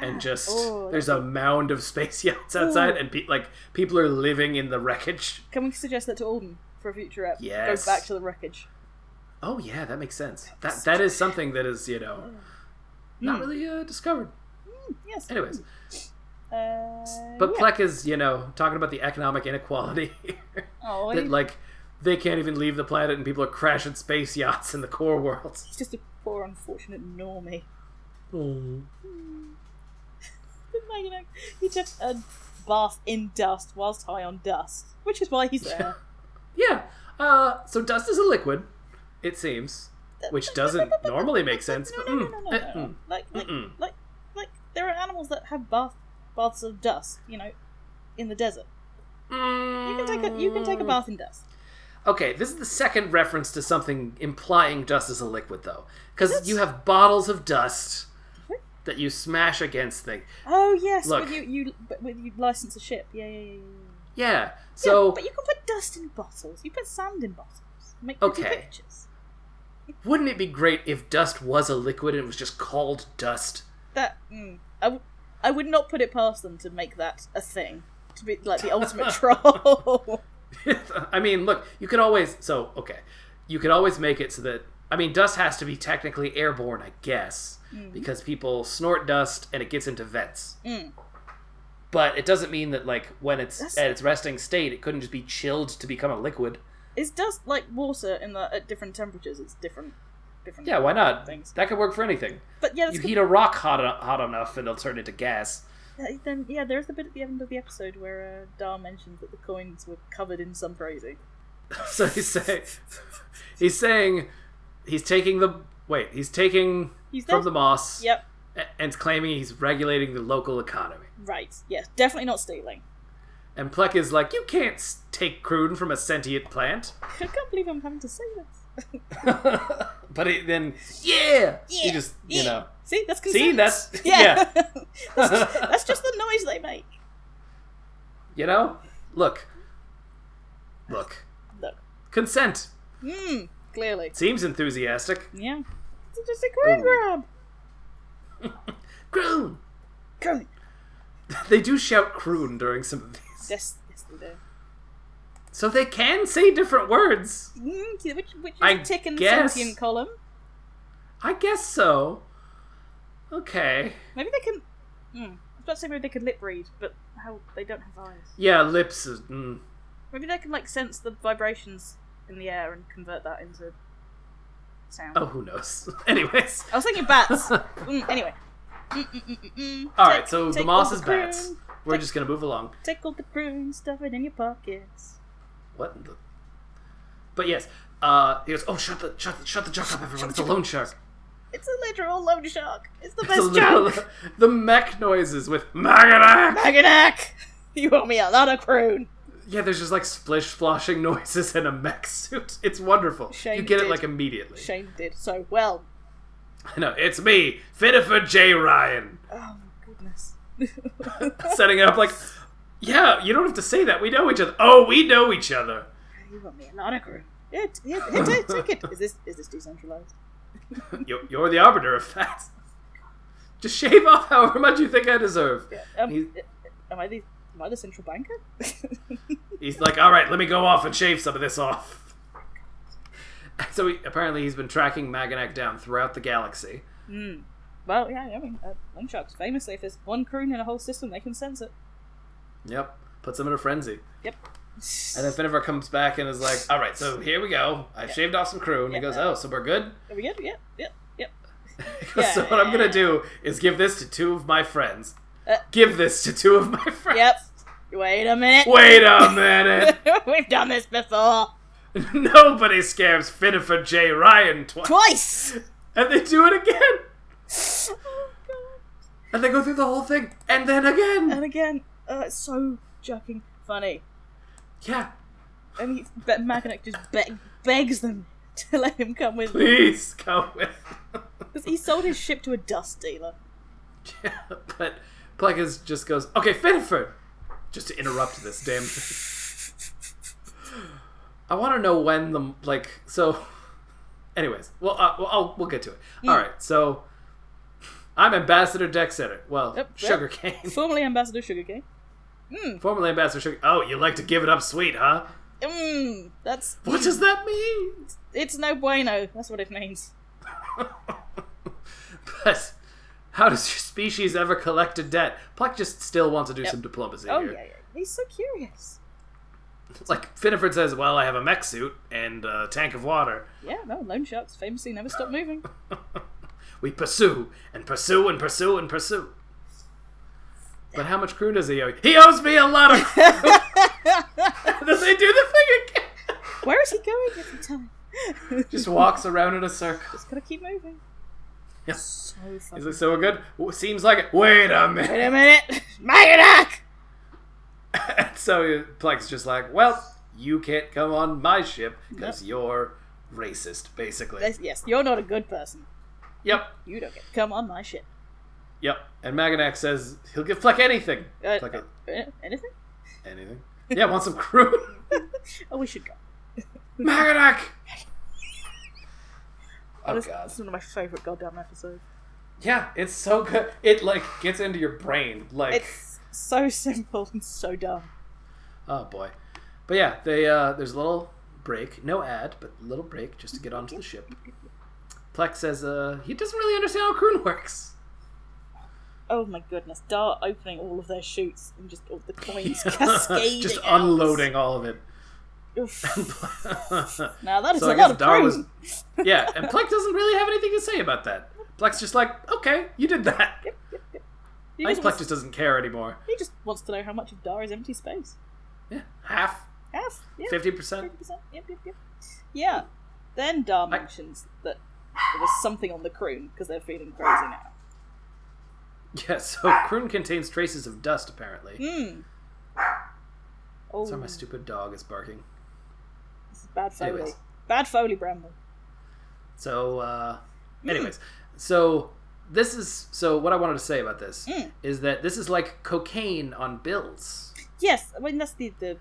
[SPEAKER 3] and just
[SPEAKER 2] Oh,
[SPEAKER 3] there's a mound of space <laughs> yachts outside, and pe- like people are living in the wreckage.
[SPEAKER 2] Can we suggest that to Alden for a future ep?
[SPEAKER 3] Yes.
[SPEAKER 2] Go back to the wreckage.
[SPEAKER 3] Oh yeah, that makes sense. That that is something that is you know not really uh, discovered.
[SPEAKER 2] Yes.
[SPEAKER 3] Anyways,
[SPEAKER 2] Uh,
[SPEAKER 3] but
[SPEAKER 2] yeah.
[SPEAKER 3] Plek is you know talking about the economic inequality. <laughs>
[SPEAKER 2] oh,
[SPEAKER 3] that
[SPEAKER 2] and
[SPEAKER 3] like they can't even leave the planet and people are crashing space yachts in the core worlds.
[SPEAKER 2] he's just a poor, unfortunate normie. Mm. But no, you know, he took a bath in dust whilst high on dust, which is why he's there.
[SPEAKER 3] Yeah. Uh, so dust is a liquid, it seems, which doesn't normally make sense.
[SPEAKER 2] no,
[SPEAKER 3] But
[SPEAKER 2] no, no,
[SPEAKER 3] mm,
[SPEAKER 2] no, no, no,
[SPEAKER 3] eh, mm.
[SPEAKER 2] no. Like, like,
[SPEAKER 3] Mm-mm.
[SPEAKER 2] like, like, there are animals that have bath baths of dust. You know, in the desert, you can take a you can take a bath in dust.
[SPEAKER 3] Okay, this is the second reference to something implying dust is a liquid, though, because you have bottles of dust that you smash against things.
[SPEAKER 2] Oh yes,
[SPEAKER 3] Look.
[SPEAKER 2] but you you but with you license a ship. Yeah, yeah, yeah. yeah, yeah.
[SPEAKER 3] Yeah.
[SPEAKER 2] Yeah,
[SPEAKER 3] So
[SPEAKER 2] but you can put dust in bottles. You put sand in bottles. Make pretty
[SPEAKER 3] Okay.
[SPEAKER 2] pictures.
[SPEAKER 3] wouldn't it be great if dust was a liquid and it was just called dust?
[SPEAKER 2] That mm, I, w- I would not put it past them to make that a thing. To be like the
[SPEAKER 3] <laughs>
[SPEAKER 2] ultimate troll.
[SPEAKER 3] I mean, look, you could always so okay, you could always make it so that I mean, dust has to be technically airborne, I guess,
[SPEAKER 2] Mm.
[SPEAKER 3] because people snort dust and it gets into vents. But it doesn't mean that like when it's
[SPEAKER 2] That's-
[SPEAKER 3] at its resting state, it couldn't just be chilled to become a liquid.
[SPEAKER 2] Is dust like water in the at different temperatures? It's different. Different.
[SPEAKER 3] Yeah, why not?
[SPEAKER 2] Things.
[SPEAKER 3] That could work for anything.
[SPEAKER 2] But yeah, that's
[SPEAKER 3] You
[SPEAKER 2] good.
[SPEAKER 3] heat a rock hot en- hot enough, and it'll turn into gas. <laughs>
[SPEAKER 2] Uh, Then yeah, there is the bit at the end of the episode where uh, Dar mentions that the coins were covered in some crazy.
[SPEAKER 3] So he's saying, he's saying, he's taking the wait, he's taking
[SPEAKER 2] He's there.
[SPEAKER 3] from the moss.
[SPEAKER 2] Yep.
[SPEAKER 3] a- and claiming he's regulating the local economy.
[SPEAKER 2] Right. Yes. Definitely not stealing.
[SPEAKER 3] And Pluck is like, you can't s- take croon from a sentient plant.
[SPEAKER 2] I can't believe I'm having to say this.
[SPEAKER 3] <laughs> but it, then, yeah, you just
[SPEAKER 2] Yeah.
[SPEAKER 3] you know.
[SPEAKER 2] See, that's
[SPEAKER 3] See,
[SPEAKER 2] consent. <laughs>
[SPEAKER 3] that's
[SPEAKER 2] yeah.
[SPEAKER 3] yeah.
[SPEAKER 2] that's, just, that's just the noise they make.
[SPEAKER 3] You know, look, look,
[SPEAKER 2] Look,
[SPEAKER 3] consent
[SPEAKER 2] mm, clearly,
[SPEAKER 3] seems enthusiastic.
[SPEAKER 2] yeah. It's just a groin grab.
[SPEAKER 3] Croon.
[SPEAKER 2] Groin.
[SPEAKER 3] They do shout croon during some of these,
[SPEAKER 2] Yes, yes, they do.
[SPEAKER 3] so they can say different words.
[SPEAKER 2] Mm, see, which which is
[SPEAKER 3] I
[SPEAKER 2] a tick in the
[SPEAKER 3] guess.
[SPEAKER 2] sentient column.
[SPEAKER 3] I guess so. Okay.
[SPEAKER 2] Maybe they can. Mm, I was about to say maybe they could lip read, but how they don't have eyes.
[SPEAKER 3] Yeah, lips. Is, mm.
[SPEAKER 2] Maybe they can like sense the vibrations in the air and convert that into sound.
[SPEAKER 3] Oh, who knows? <laughs> Anyways.
[SPEAKER 2] I was thinking
[SPEAKER 3] <laughs>
[SPEAKER 2] bats. mm, anyway. Mm, mm, mm, mm, mm.
[SPEAKER 3] All
[SPEAKER 2] Take-
[SPEAKER 3] right, so the
[SPEAKER 2] take
[SPEAKER 3] moss
[SPEAKER 2] all
[SPEAKER 3] is
[SPEAKER 2] prune-
[SPEAKER 3] bats. We're just gonna move along.
[SPEAKER 2] Take all the prune, stuff it in your pockets.
[SPEAKER 3] What? In the... But yes, uh, he goes. Oh, shut the shut the, shut the joke up, everyone! It's a loan shark.
[SPEAKER 2] It's a literal load shark. It's the
[SPEAKER 3] <laughs> It's a
[SPEAKER 2] best
[SPEAKER 3] little-
[SPEAKER 2] joke.
[SPEAKER 3] The mech noises with Maganak.
[SPEAKER 2] Maganak, <laughs> you owe me a lot of croon.
[SPEAKER 3] Yeah, there's just like splish floshing <laughs> noises in a mech suit. It's wonderful.
[SPEAKER 2] Shame
[SPEAKER 3] you get
[SPEAKER 2] it
[SPEAKER 3] it like
[SPEAKER 2] did.
[SPEAKER 3] immediately.
[SPEAKER 2] Shane did so well.
[SPEAKER 3] I know. It's me, Finniford J Ryan,
[SPEAKER 2] Oh my goodness.
[SPEAKER 3] setting it up like, yeah, you don't have to say that. We know each other. Oh, we know each other. <laughs>
[SPEAKER 2] you owe me a lot of croon. Yeah, t- yeah, yeah, t- take it. Is this is this decentralized?
[SPEAKER 3] You're, you're the arbiter of that. <laughs> Just shave off however much you think I deserve.
[SPEAKER 2] Um,
[SPEAKER 3] He's-
[SPEAKER 2] am I the am I the central banker? <laughs>
[SPEAKER 3] He's like, all right, let me go off and shave some of this off. <laughs> So he, apparently he's been tracking Maganak down throughout the galaxy.
[SPEAKER 2] well, yeah, I mean, uh, loan sharks famously, if there's one croon in a whole system, they can sense it.
[SPEAKER 3] Yep, puts him in a frenzy.
[SPEAKER 2] Yep.
[SPEAKER 3] And then Finiver comes back and is like, all right, so here we go. I shaved off some crew. And he goes, oh, so we're good? <laughs>
[SPEAKER 2] Are we good? Yep, yep, yep.
[SPEAKER 3] so what I'm going to do is give this to two of my friends.
[SPEAKER 2] Uh,
[SPEAKER 3] give this to two of my friends.
[SPEAKER 2] Yep. Wait a minute.
[SPEAKER 3] Wait a minute.
[SPEAKER 2] <laughs> We've done this before.
[SPEAKER 3] Nobody scams Finifer J. Ryan twice.
[SPEAKER 2] Twice!
[SPEAKER 3] And they do it again.
[SPEAKER 2] oh, God.
[SPEAKER 3] And they go through the whole thing. And then again.
[SPEAKER 2] And again, uh, it's so jerking funny.
[SPEAKER 3] Yeah.
[SPEAKER 2] And he, Be- Maganek just be- begs them to let him come with them.
[SPEAKER 3] Please go with.
[SPEAKER 2] Because he sold his ship to a dust dealer.
[SPEAKER 3] <laughs> yeah, but Plagueis just goes, okay, Finifer. Just to interrupt this damn thing. I want to know when the, like, so, anyways, well, uh, well I'll, we'll get to it. All right, so, I'm Ambassador Dexeter. Well,
[SPEAKER 2] Yep, yep.
[SPEAKER 3] Sugar Cane.
[SPEAKER 2] Formerly Ambassador Sugarcane.
[SPEAKER 3] <laughs> Formerly Ambassador Sugar Oh, you like to give it up sweet, huh?
[SPEAKER 2] Mmm, that's.
[SPEAKER 3] What does that mean?
[SPEAKER 2] It's no bueno. That's what it means.
[SPEAKER 3] But how does your species ever collect a debt? Pluck just still wants to do some diplomacy
[SPEAKER 2] Oh,
[SPEAKER 3] here.
[SPEAKER 2] yeah, yeah. He's so curious.
[SPEAKER 3] Like Finniford says, well, I have a mech suit and a tank of water.
[SPEAKER 2] Yeah, no, loan sharks famously never stop moving.
[SPEAKER 3] We pursue and pursue and pursue and pursue. But how much crew does he owe? you? He owes me a lot of
[SPEAKER 2] <laughs>
[SPEAKER 3] crew. Does they do the thing again?
[SPEAKER 2] Where is he going every time? <laughs>
[SPEAKER 3] Just walks around in a circle.
[SPEAKER 2] Just gotta keep moving. Oh,
[SPEAKER 3] Yes.
[SPEAKER 2] So funny.
[SPEAKER 3] He's like, so we're good. W- Seems like it. Wait a minute.
[SPEAKER 2] Wait a minute! <laughs> Maganak!
[SPEAKER 3] <laughs> So Plex just like, well, you can't come on my ship because you're racist, basically.
[SPEAKER 2] Yes, yes, you're not a good person.
[SPEAKER 3] Yep.
[SPEAKER 2] You don't get to come on my ship.
[SPEAKER 3] Yep. And Maganak says he'll give Fleck anything.
[SPEAKER 2] Uh,
[SPEAKER 3] Fleck,
[SPEAKER 2] uh, anything?
[SPEAKER 3] anything. Yeah, want some crew? <laughs>
[SPEAKER 2] Oh, we should go.
[SPEAKER 3] Maganak! Oh
[SPEAKER 2] This,
[SPEAKER 3] god.
[SPEAKER 2] this is one of my favourite goddamn episodes.
[SPEAKER 3] Yeah, it's so good. It like gets into your brain. Like
[SPEAKER 2] It's so <laughs> simple and so dumb.
[SPEAKER 3] oh boy. But yeah, they uh there's a little break. No ad, but a little break just to get onto the ship. Plex says uh he doesn't really understand how croon works.
[SPEAKER 2] Oh my goodness, Dart opening all of their shoots and just all the
[SPEAKER 3] <laughs>
[SPEAKER 2] coins cascading.
[SPEAKER 3] just
[SPEAKER 2] out.
[SPEAKER 3] unloading all of it. <laughs>
[SPEAKER 2] Oof. Now that is
[SPEAKER 3] So
[SPEAKER 2] a lot
[SPEAKER 3] I guess
[SPEAKER 2] of
[SPEAKER 3] Dar
[SPEAKER 2] prune.
[SPEAKER 3] was- yeah, and Plex doesn't really have anything to say about that. Plex just like, okay, you did that.
[SPEAKER 2] He,
[SPEAKER 3] I
[SPEAKER 2] just
[SPEAKER 3] think Plex
[SPEAKER 2] wants,
[SPEAKER 3] just doesn't care anymore.
[SPEAKER 2] he just wants to know how much of Dar is empty space.
[SPEAKER 3] Yeah, half,
[SPEAKER 2] Half? Yeah.
[SPEAKER 3] fifty percent.
[SPEAKER 2] 50%, Yep, yep, yep. Yeah. Then Dar
[SPEAKER 3] I-
[SPEAKER 2] mentions that there was something on the croon because they're feeling crazy now.
[SPEAKER 3] <laughs> Yeah, so croon contains traces of dust apparently.
[SPEAKER 2] Hmm. Oh,
[SPEAKER 3] Sorry, my stupid dog is barking.
[SPEAKER 2] this Oh, is bad foley.
[SPEAKER 3] Anyways.
[SPEAKER 2] Bad foley, Bramble.
[SPEAKER 3] So, uh,
[SPEAKER 2] Hmm.
[SPEAKER 3] anyways, so this is so what I wanted to say about this
[SPEAKER 2] Mm.
[SPEAKER 3] is that this is like cocaine on bills.
[SPEAKER 2] Yes, I mean that's the the,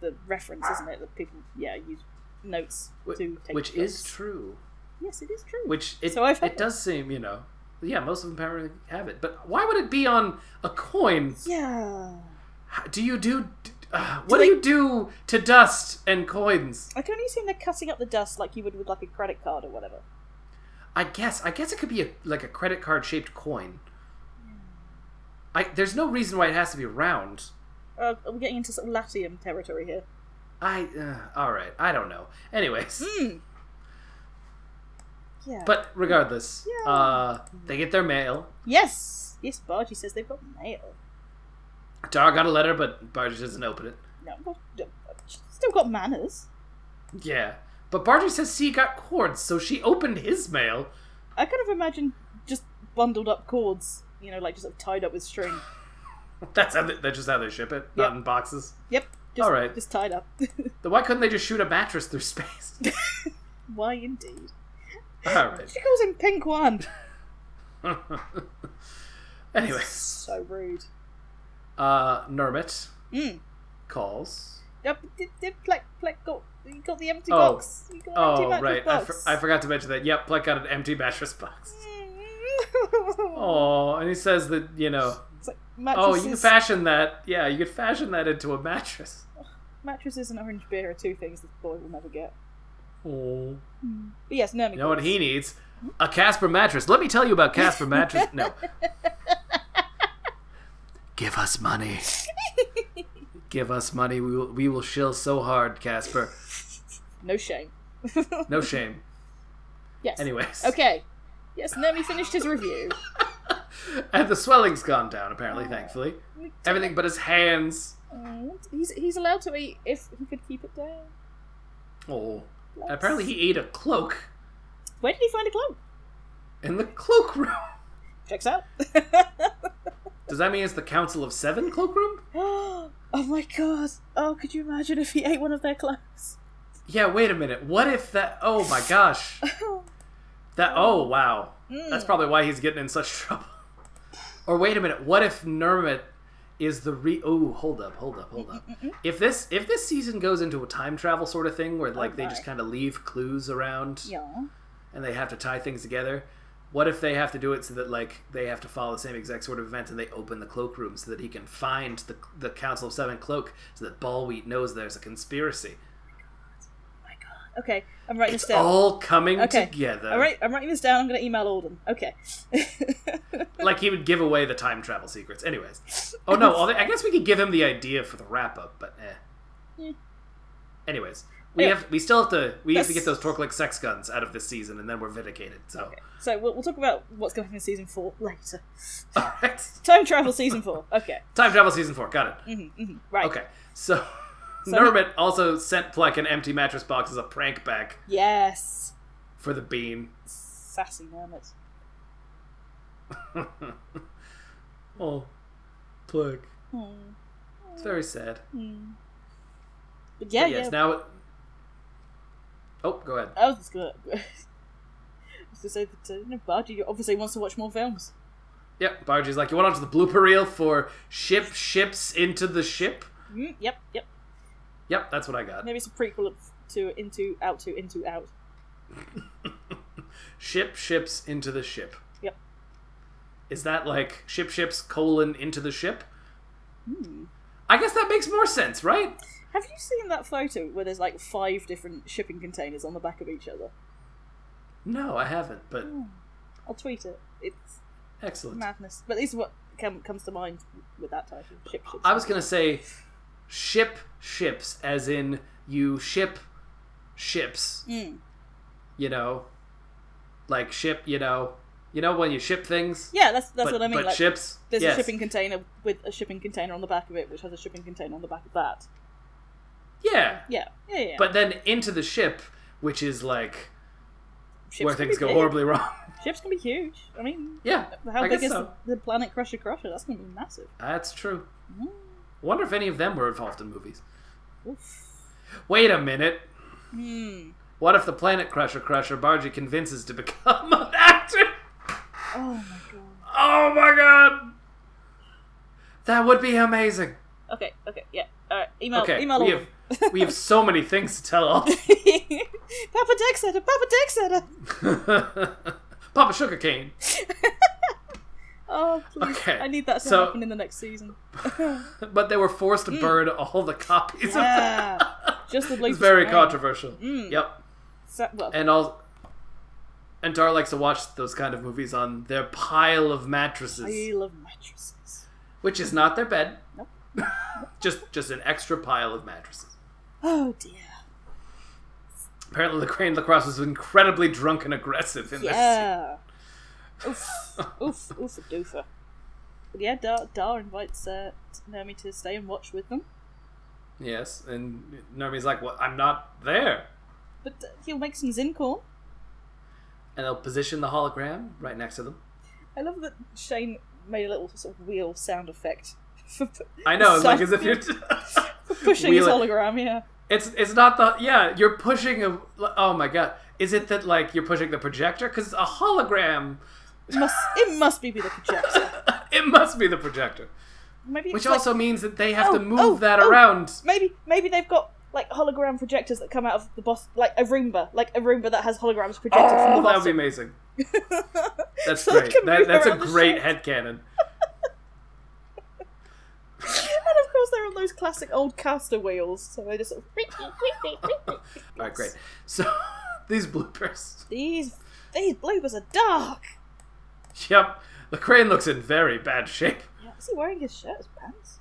[SPEAKER 2] the reference, isn't it? That people yeah use notes
[SPEAKER 3] Wh-
[SPEAKER 2] to take
[SPEAKER 3] which
[SPEAKER 2] drugs.
[SPEAKER 3] is true.
[SPEAKER 2] yes, it is true.
[SPEAKER 3] Which it,
[SPEAKER 2] So I've heard
[SPEAKER 3] it does seem, you know, yeah, most of them apparently have it. But why would it be on a coin?
[SPEAKER 2] yeah,
[SPEAKER 3] How- Do you do? d- Uh, what do you do to dust and coins?
[SPEAKER 2] I can only assume they're cutting up the dust like you would with like a credit card or whatever.
[SPEAKER 3] I guess I guess it could be a, like a credit card shaped coin. I there's no reason why it has to be round.
[SPEAKER 2] Uh, we're getting into sort of latium territory here.
[SPEAKER 3] I uh, all right. I don't know. Anyways,
[SPEAKER 2] Hmm. Yeah,
[SPEAKER 3] but regardless,
[SPEAKER 2] Yeah.
[SPEAKER 3] uh, they get their mail.
[SPEAKER 2] yes, yes, Bargy says they've got mail.
[SPEAKER 3] Dar got a letter, but Bargy doesn't open it.
[SPEAKER 2] No, well, d- she's still got manners. Yeah.
[SPEAKER 3] But Bargy says she got cords, so she opened his mail.
[SPEAKER 2] I kind of imagine just bundled up cords, you know, like just sort of tied up with string.
[SPEAKER 3] That's how they, that's just how they ship it,
[SPEAKER 2] Yeah.
[SPEAKER 3] not in boxes.
[SPEAKER 2] Yep. Just,
[SPEAKER 3] All right.
[SPEAKER 2] Just tied up. <laughs>
[SPEAKER 3] Then why couldn't they just shoot a mattress through space?
[SPEAKER 2] Why indeed?
[SPEAKER 3] all right. <laughs>
[SPEAKER 2] She calls him Pink One. <laughs>
[SPEAKER 3] Anyway,
[SPEAKER 2] so rude.
[SPEAKER 3] uh, Nermit
[SPEAKER 2] Mm.
[SPEAKER 3] calls.
[SPEAKER 2] Yep, did, did Plek, Plek got, he got the empty
[SPEAKER 3] Oh.
[SPEAKER 2] box. He got an empty
[SPEAKER 3] Oh
[SPEAKER 2] mattress
[SPEAKER 3] right, I, for,
[SPEAKER 2] box.
[SPEAKER 3] I forgot to mention that. Yep, Pluck got an empty
[SPEAKER 2] <laughs>
[SPEAKER 3] mattress box.
[SPEAKER 2] oh,
[SPEAKER 3] Oh, and he says that you know
[SPEAKER 2] it's like
[SPEAKER 3] Oh, you can
[SPEAKER 2] mattresses,
[SPEAKER 3] fashion that. Yeah, you could fashion that into a mattress.
[SPEAKER 2] mattresses and orange beer are two things this boy will never get.
[SPEAKER 3] Oh.
[SPEAKER 2] But yes, Nermi.
[SPEAKER 3] You know what he needs? A Casper mattress. Let me tell you about Casper mattress.
[SPEAKER 2] <laughs>
[SPEAKER 3] No. Give us money. Give us money. We will, we will shill so hard, Casper.
[SPEAKER 2] No shame.
[SPEAKER 3] No shame.
[SPEAKER 2] Yes.
[SPEAKER 3] Anyways.
[SPEAKER 2] Okay. Yes, Nermi finished his review. <laughs>
[SPEAKER 3] And <laughs> the swelling's gone down, apparently, thankfully. Everything but his hands.
[SPEAKER 2] Oh, he's, he's allowed to eat if he could keep it down.
[SPEAKER 3] Oh. And apparently, he ate a cloak
[SPEAKER 2] Where did he find a cloak?
[SPEAKER 3] in the cloakroom.
[SPEAKER 2] Checks <laughs> out.
[SPEAKER 3] <laughs>
[SPEAKER 2] <gasps>
[SPEAKER 3] Does that mean it's the Council of Seven cloakroom?
[SPEAKER 2] oh my god. Oh, could you imagine if he ate one of their clothes?
[SPEAKER 3] Yeah, wait a minute. What if that? Oh my gosh. That. Oh wow. That's probably why he's getting in such <laughs> trouble. Or wait a minute. What if Nermit is the re? Oh, hold up, hold up, hold up. If this if this season goes into a time travel sort of thing where like they
[SPEAKER 2] my.
[SPEAKER 3] just kind of leave clues around
[SPEAKER 2] Yeah.
[SPEAKER 3] and they have to tie things together. What if they have to do it so that like they have to follow the same exact sort of event and they open the cloakroom so that he can find the the Council of Seven cloak so that Ballwheat knows there's a conspiracy.
[SPEAKER 2] Okay, I'm writing
[SPEAKER 3] It's
[SPEAKER 2] this down.
[SPEAKER 3] all coming
[SPEAKER 2] okay.
[SPEAKER 3] together.
[SPEAKER 2] All right, I'm writing this down. I'm going to email Alden. Okay. <laughs>
[SPEAKER 3] like he would give away the time travel secrets. Anyways, oh no, although I guess we could give him the idea for the wrap up, but eh.
[SPEAKER 2] Yeah.
[SPEAKER 3] Anyways, we
[SPEAKER 2] Yeah.
[SPEAKER 3] have we still have to we have to
[SPEAKER 2] Yes.
[SPEAKER 3] get those Torklick sex guns out of this season, and then we're vindicated. So,
[SPEAKER 2] so we'll, we'll talk about what's going on in season four later.
[SPEAKER 3] <laughs> all right,
[SPEAKER 2] Time travel season four. Okay.
[SPEAKER 3] time travel season four, got it.
[SPEAKER 2] Right.
[SPEAKER 3] Okay, so.
[SPEAKER 2] So-
[SPEAKER 3] Nermit also sent Plek an empty mattress box as a prank back
[SPEAKER 2] Yes.
[SPEAKER 3] for the bean.
[SPEAKER 2] Sassy Mermaid.
[SPEAKER 3] Oh, Plek.
[SPEAKER 2] Hmm.
[SPEAKER 3] It's very sad.
[SPEAKER 2] But yeah,
[SPEAKER 3] yes,
[SPEAKER 2] yeah.
[SPEAKER 3] now. Oh, go ahead.
[SPEAKER 2] I was just <laughs> going to. I was going to say that, uh, you know, Bargy obviously wants to watch more films.
[SPEAKER 3] Yep, Bargee's like, you went onto the blooper reel for ship ships into the ship?
[SPEAKER 2] Mm, yep, yep.
[SPEAKER 3] Yep, that's what I got.
[SPEAKER 2] Maybe it's a prequel of- to Into, Out to, Into, Out.
[SPEAKER 3] Ship ships into the ship.
[SPEAKER 2] Yep.
[SPEAKER 3] Is that like ship ships colon into the ship?
[SPEAKER 2] Hmm.
[SPEAKER 3] I guess that makes more sense, right?
[SPEAKER 2] Have you seen that photo where there's like five different shipping containers on the back of each other?
[SPEAKER 3] No, I haven't, but
[SPEAKER 2] Hmm. I'll tweet it. It's
[SPEAKER 3] excellent.
[SPEAKER 2] madness. But this is what com- comes to mind with that title. Ship, ship.
[SPEAKER 3] I was going to say ship ships, as in you ship ships.
[SPEAKER 2] Hmm.
[SPEAKER 3] You know? Like ship, you know? You know when you ship things?
[SPEAKER 2] yeah, that's that's
[SPEAKER 3] but,
[SPEAKER 2] what I mean.
[SPEAKER 3] But
[SPEAKER 2] like,
[SPEAKER 3] ships?
[SPEAKER 2] There's
[SPEAKER 3] yes.
[SPEAKER 2] a shipping container with a shipping container on the back of it, which has a shipping container on the back of that.
[SPEAKER 3] Yeah.
[SPEAKER 2] Yeah, yeah, yeah.
[SPEAKER 3] But then into the ship, which is like
[SPEAKER 2] Ships
[SPEAKER 3] where
[SPEAKER 2] can
[SPEAKER 3] things
[SPEAKER 2] be
[SPEAKER 3] go
[SPEAKER 2] big.
[SPEAKER 3] horribly wrong. <laughs>
[SPEAKER 2] Ships can be huge. I mean,
[SPEAKER 3] yeah,
[SPEAKER 2] how
[SPEAKER 3] I
[SPEAKER 2] big
[SPEAKER 3] guess
[SPEAKER 2] is
[SPEAKER 3] so.
[SPEAKER 2] the, the planet Crusher Crusher? That's going to be massive.
[SPEAKER 3] That's true.
[SPEAKER 2] Hmm.
[SPEAKER 3] Wonder if any of them were involved in movies.
[SPEAKER 2] Oof. Hmm.
[SPEAKER 3] Wait a minute. What if the Planet Crusher Crusher Bargy convinces to <laughs> become an actor?
[SPEAKER 2] Oh my god.
[SPEAKER 3] Oh my god! That would be amazing.
[SPEAKER 2] Okay, okay, yeah. Alright, email,
[SPEAKER 3] Okay,
[SPEAKER 2] Oh, email
[SPEAKER 3] we
[SPEAKER 2] all
[SPEAKER 3] have we have so many things to tell
[SPEAKER 2] <laughs>
[SPEAKER 3] all. <laughs>
[SPEAKER 2] Papa Dick said it, Papa Dick said it.
[SPEAKER 3] Papa Sugarcane.
[SPEAKER 2] Oh, please.
[SPEAKER 3] Okay,
[SPEAKER 2] I need that to
[SPEAKER 3] so-
[SPEAKER 2] happen in the next
[SPEAKER 3] <laughs>
[SPEAKER 2] season.
[SPEAKER 3] But they were forced
[SPEAKER 2] Hmm.
[SPEAKER 3] to burn all the copies of that.
[SPEAKER 2] Ah, just the blue.
[SPEAKER 3] It's very controversial.
[SPEAKER 2] Hmm.
[SPEAKER 3] Yep.
[SPEAKER 2] well,
[SPEAKER 3] And all and Dar likes to watch those kind of movies on their pile of
[SPEAKER 2] I
[SPEAKER 3] mattresses,
[SPEAKER 2] love mattresses.
[SPEAKER 3] which is not their bed.
[SPEAKER 2] Nope.
[SPEAKER 3] <laughs> just just an extra pile of mattresses.
[SPEAKER 2] Oh dear.
[SPEAKER 3] Apparently, Lacrane Lacrosse was incredibly drunk and aggressive in this.
[SPEAKER 2] Yeah. oof, oof, oof, a doofa. But yeah, Dar, Dar invites uh, Naomi to stay and watch with them.
[SPEAKER 3] <laughs> Yes, and Narmi's like, "Well, I'm not there,"
[SPEAKER 2] But uh, he'll make some zin corn.
[SPEAKER 3] and they'll position the hologram right next to them.
[SPEAKER 2] I love that Shane made a little sort of wheel sound effect <laughs> for pu-
[SPEAKER 3] I know, it's like as if
[SPEAKER 2] Something.
[SPEAKER 3] you're. <laughs>
[SPEAKER 2] <laughs> pushing his
[SPEAKER 3] Wheel it.
[SPEAKER 2] hologram. Yeah.
[SPEAKER 3] it's it's not the yeah. You're pushing a. Oh my god! Is it that like you're pushing the projector? Because a hologram, <laughs>
[SPEAKER 2] Must it must be the projector.
[SPEAKER 3] it must be the projector,
[SPEAKER 2] Maybe it's
[SPEAKER 3] which
[SPEAKER 2] like-
[SPEAKER 3] also means that they have
[SPEAKER 2] Oh,
[SPEAKER 3] to move
[SPEAKER 2] oh,
[SPEAKER 3] that
[SPEAKER 2] oh.
[SPEAKER 3] around.
[SPEAKER 2] maybe maybe they've got like hologram projectors that come out of the boss like a Roomba, like a Roomba that has holograms projected from the
[SPEAKER 3] Oh,
[SPEAKER 2] bottom.
[SPEAKER 3] that would
[SPEAKER 2] <laughs>
[SPEAKER 3] be amazing. That's
[SPEAKER 2] So it
[SPEAKER 3] great.
[SPEAKER 2] can
[SPEAKER 3] That,
[SPEAKER 2] move
[SPEAKER 3] that's a
[SPEAKER 2] around the
[SPEAKER 3] great
[SPEAKER 2] shape.
[SPEAKER 3] headcanon.
[SPEAKER 2] And of course, they're on those classic old caster wheels, so they just sort of
[SPEAKER 3] All right, great. So <laughs> these bloopers.
[SPEAKER 2] these these bloopers are dark.
[SPEAKER 3] Yep, Lacrane looks in very bad shape.
[SPEAKER 2] Yeah, is he wearing his shirt as pants?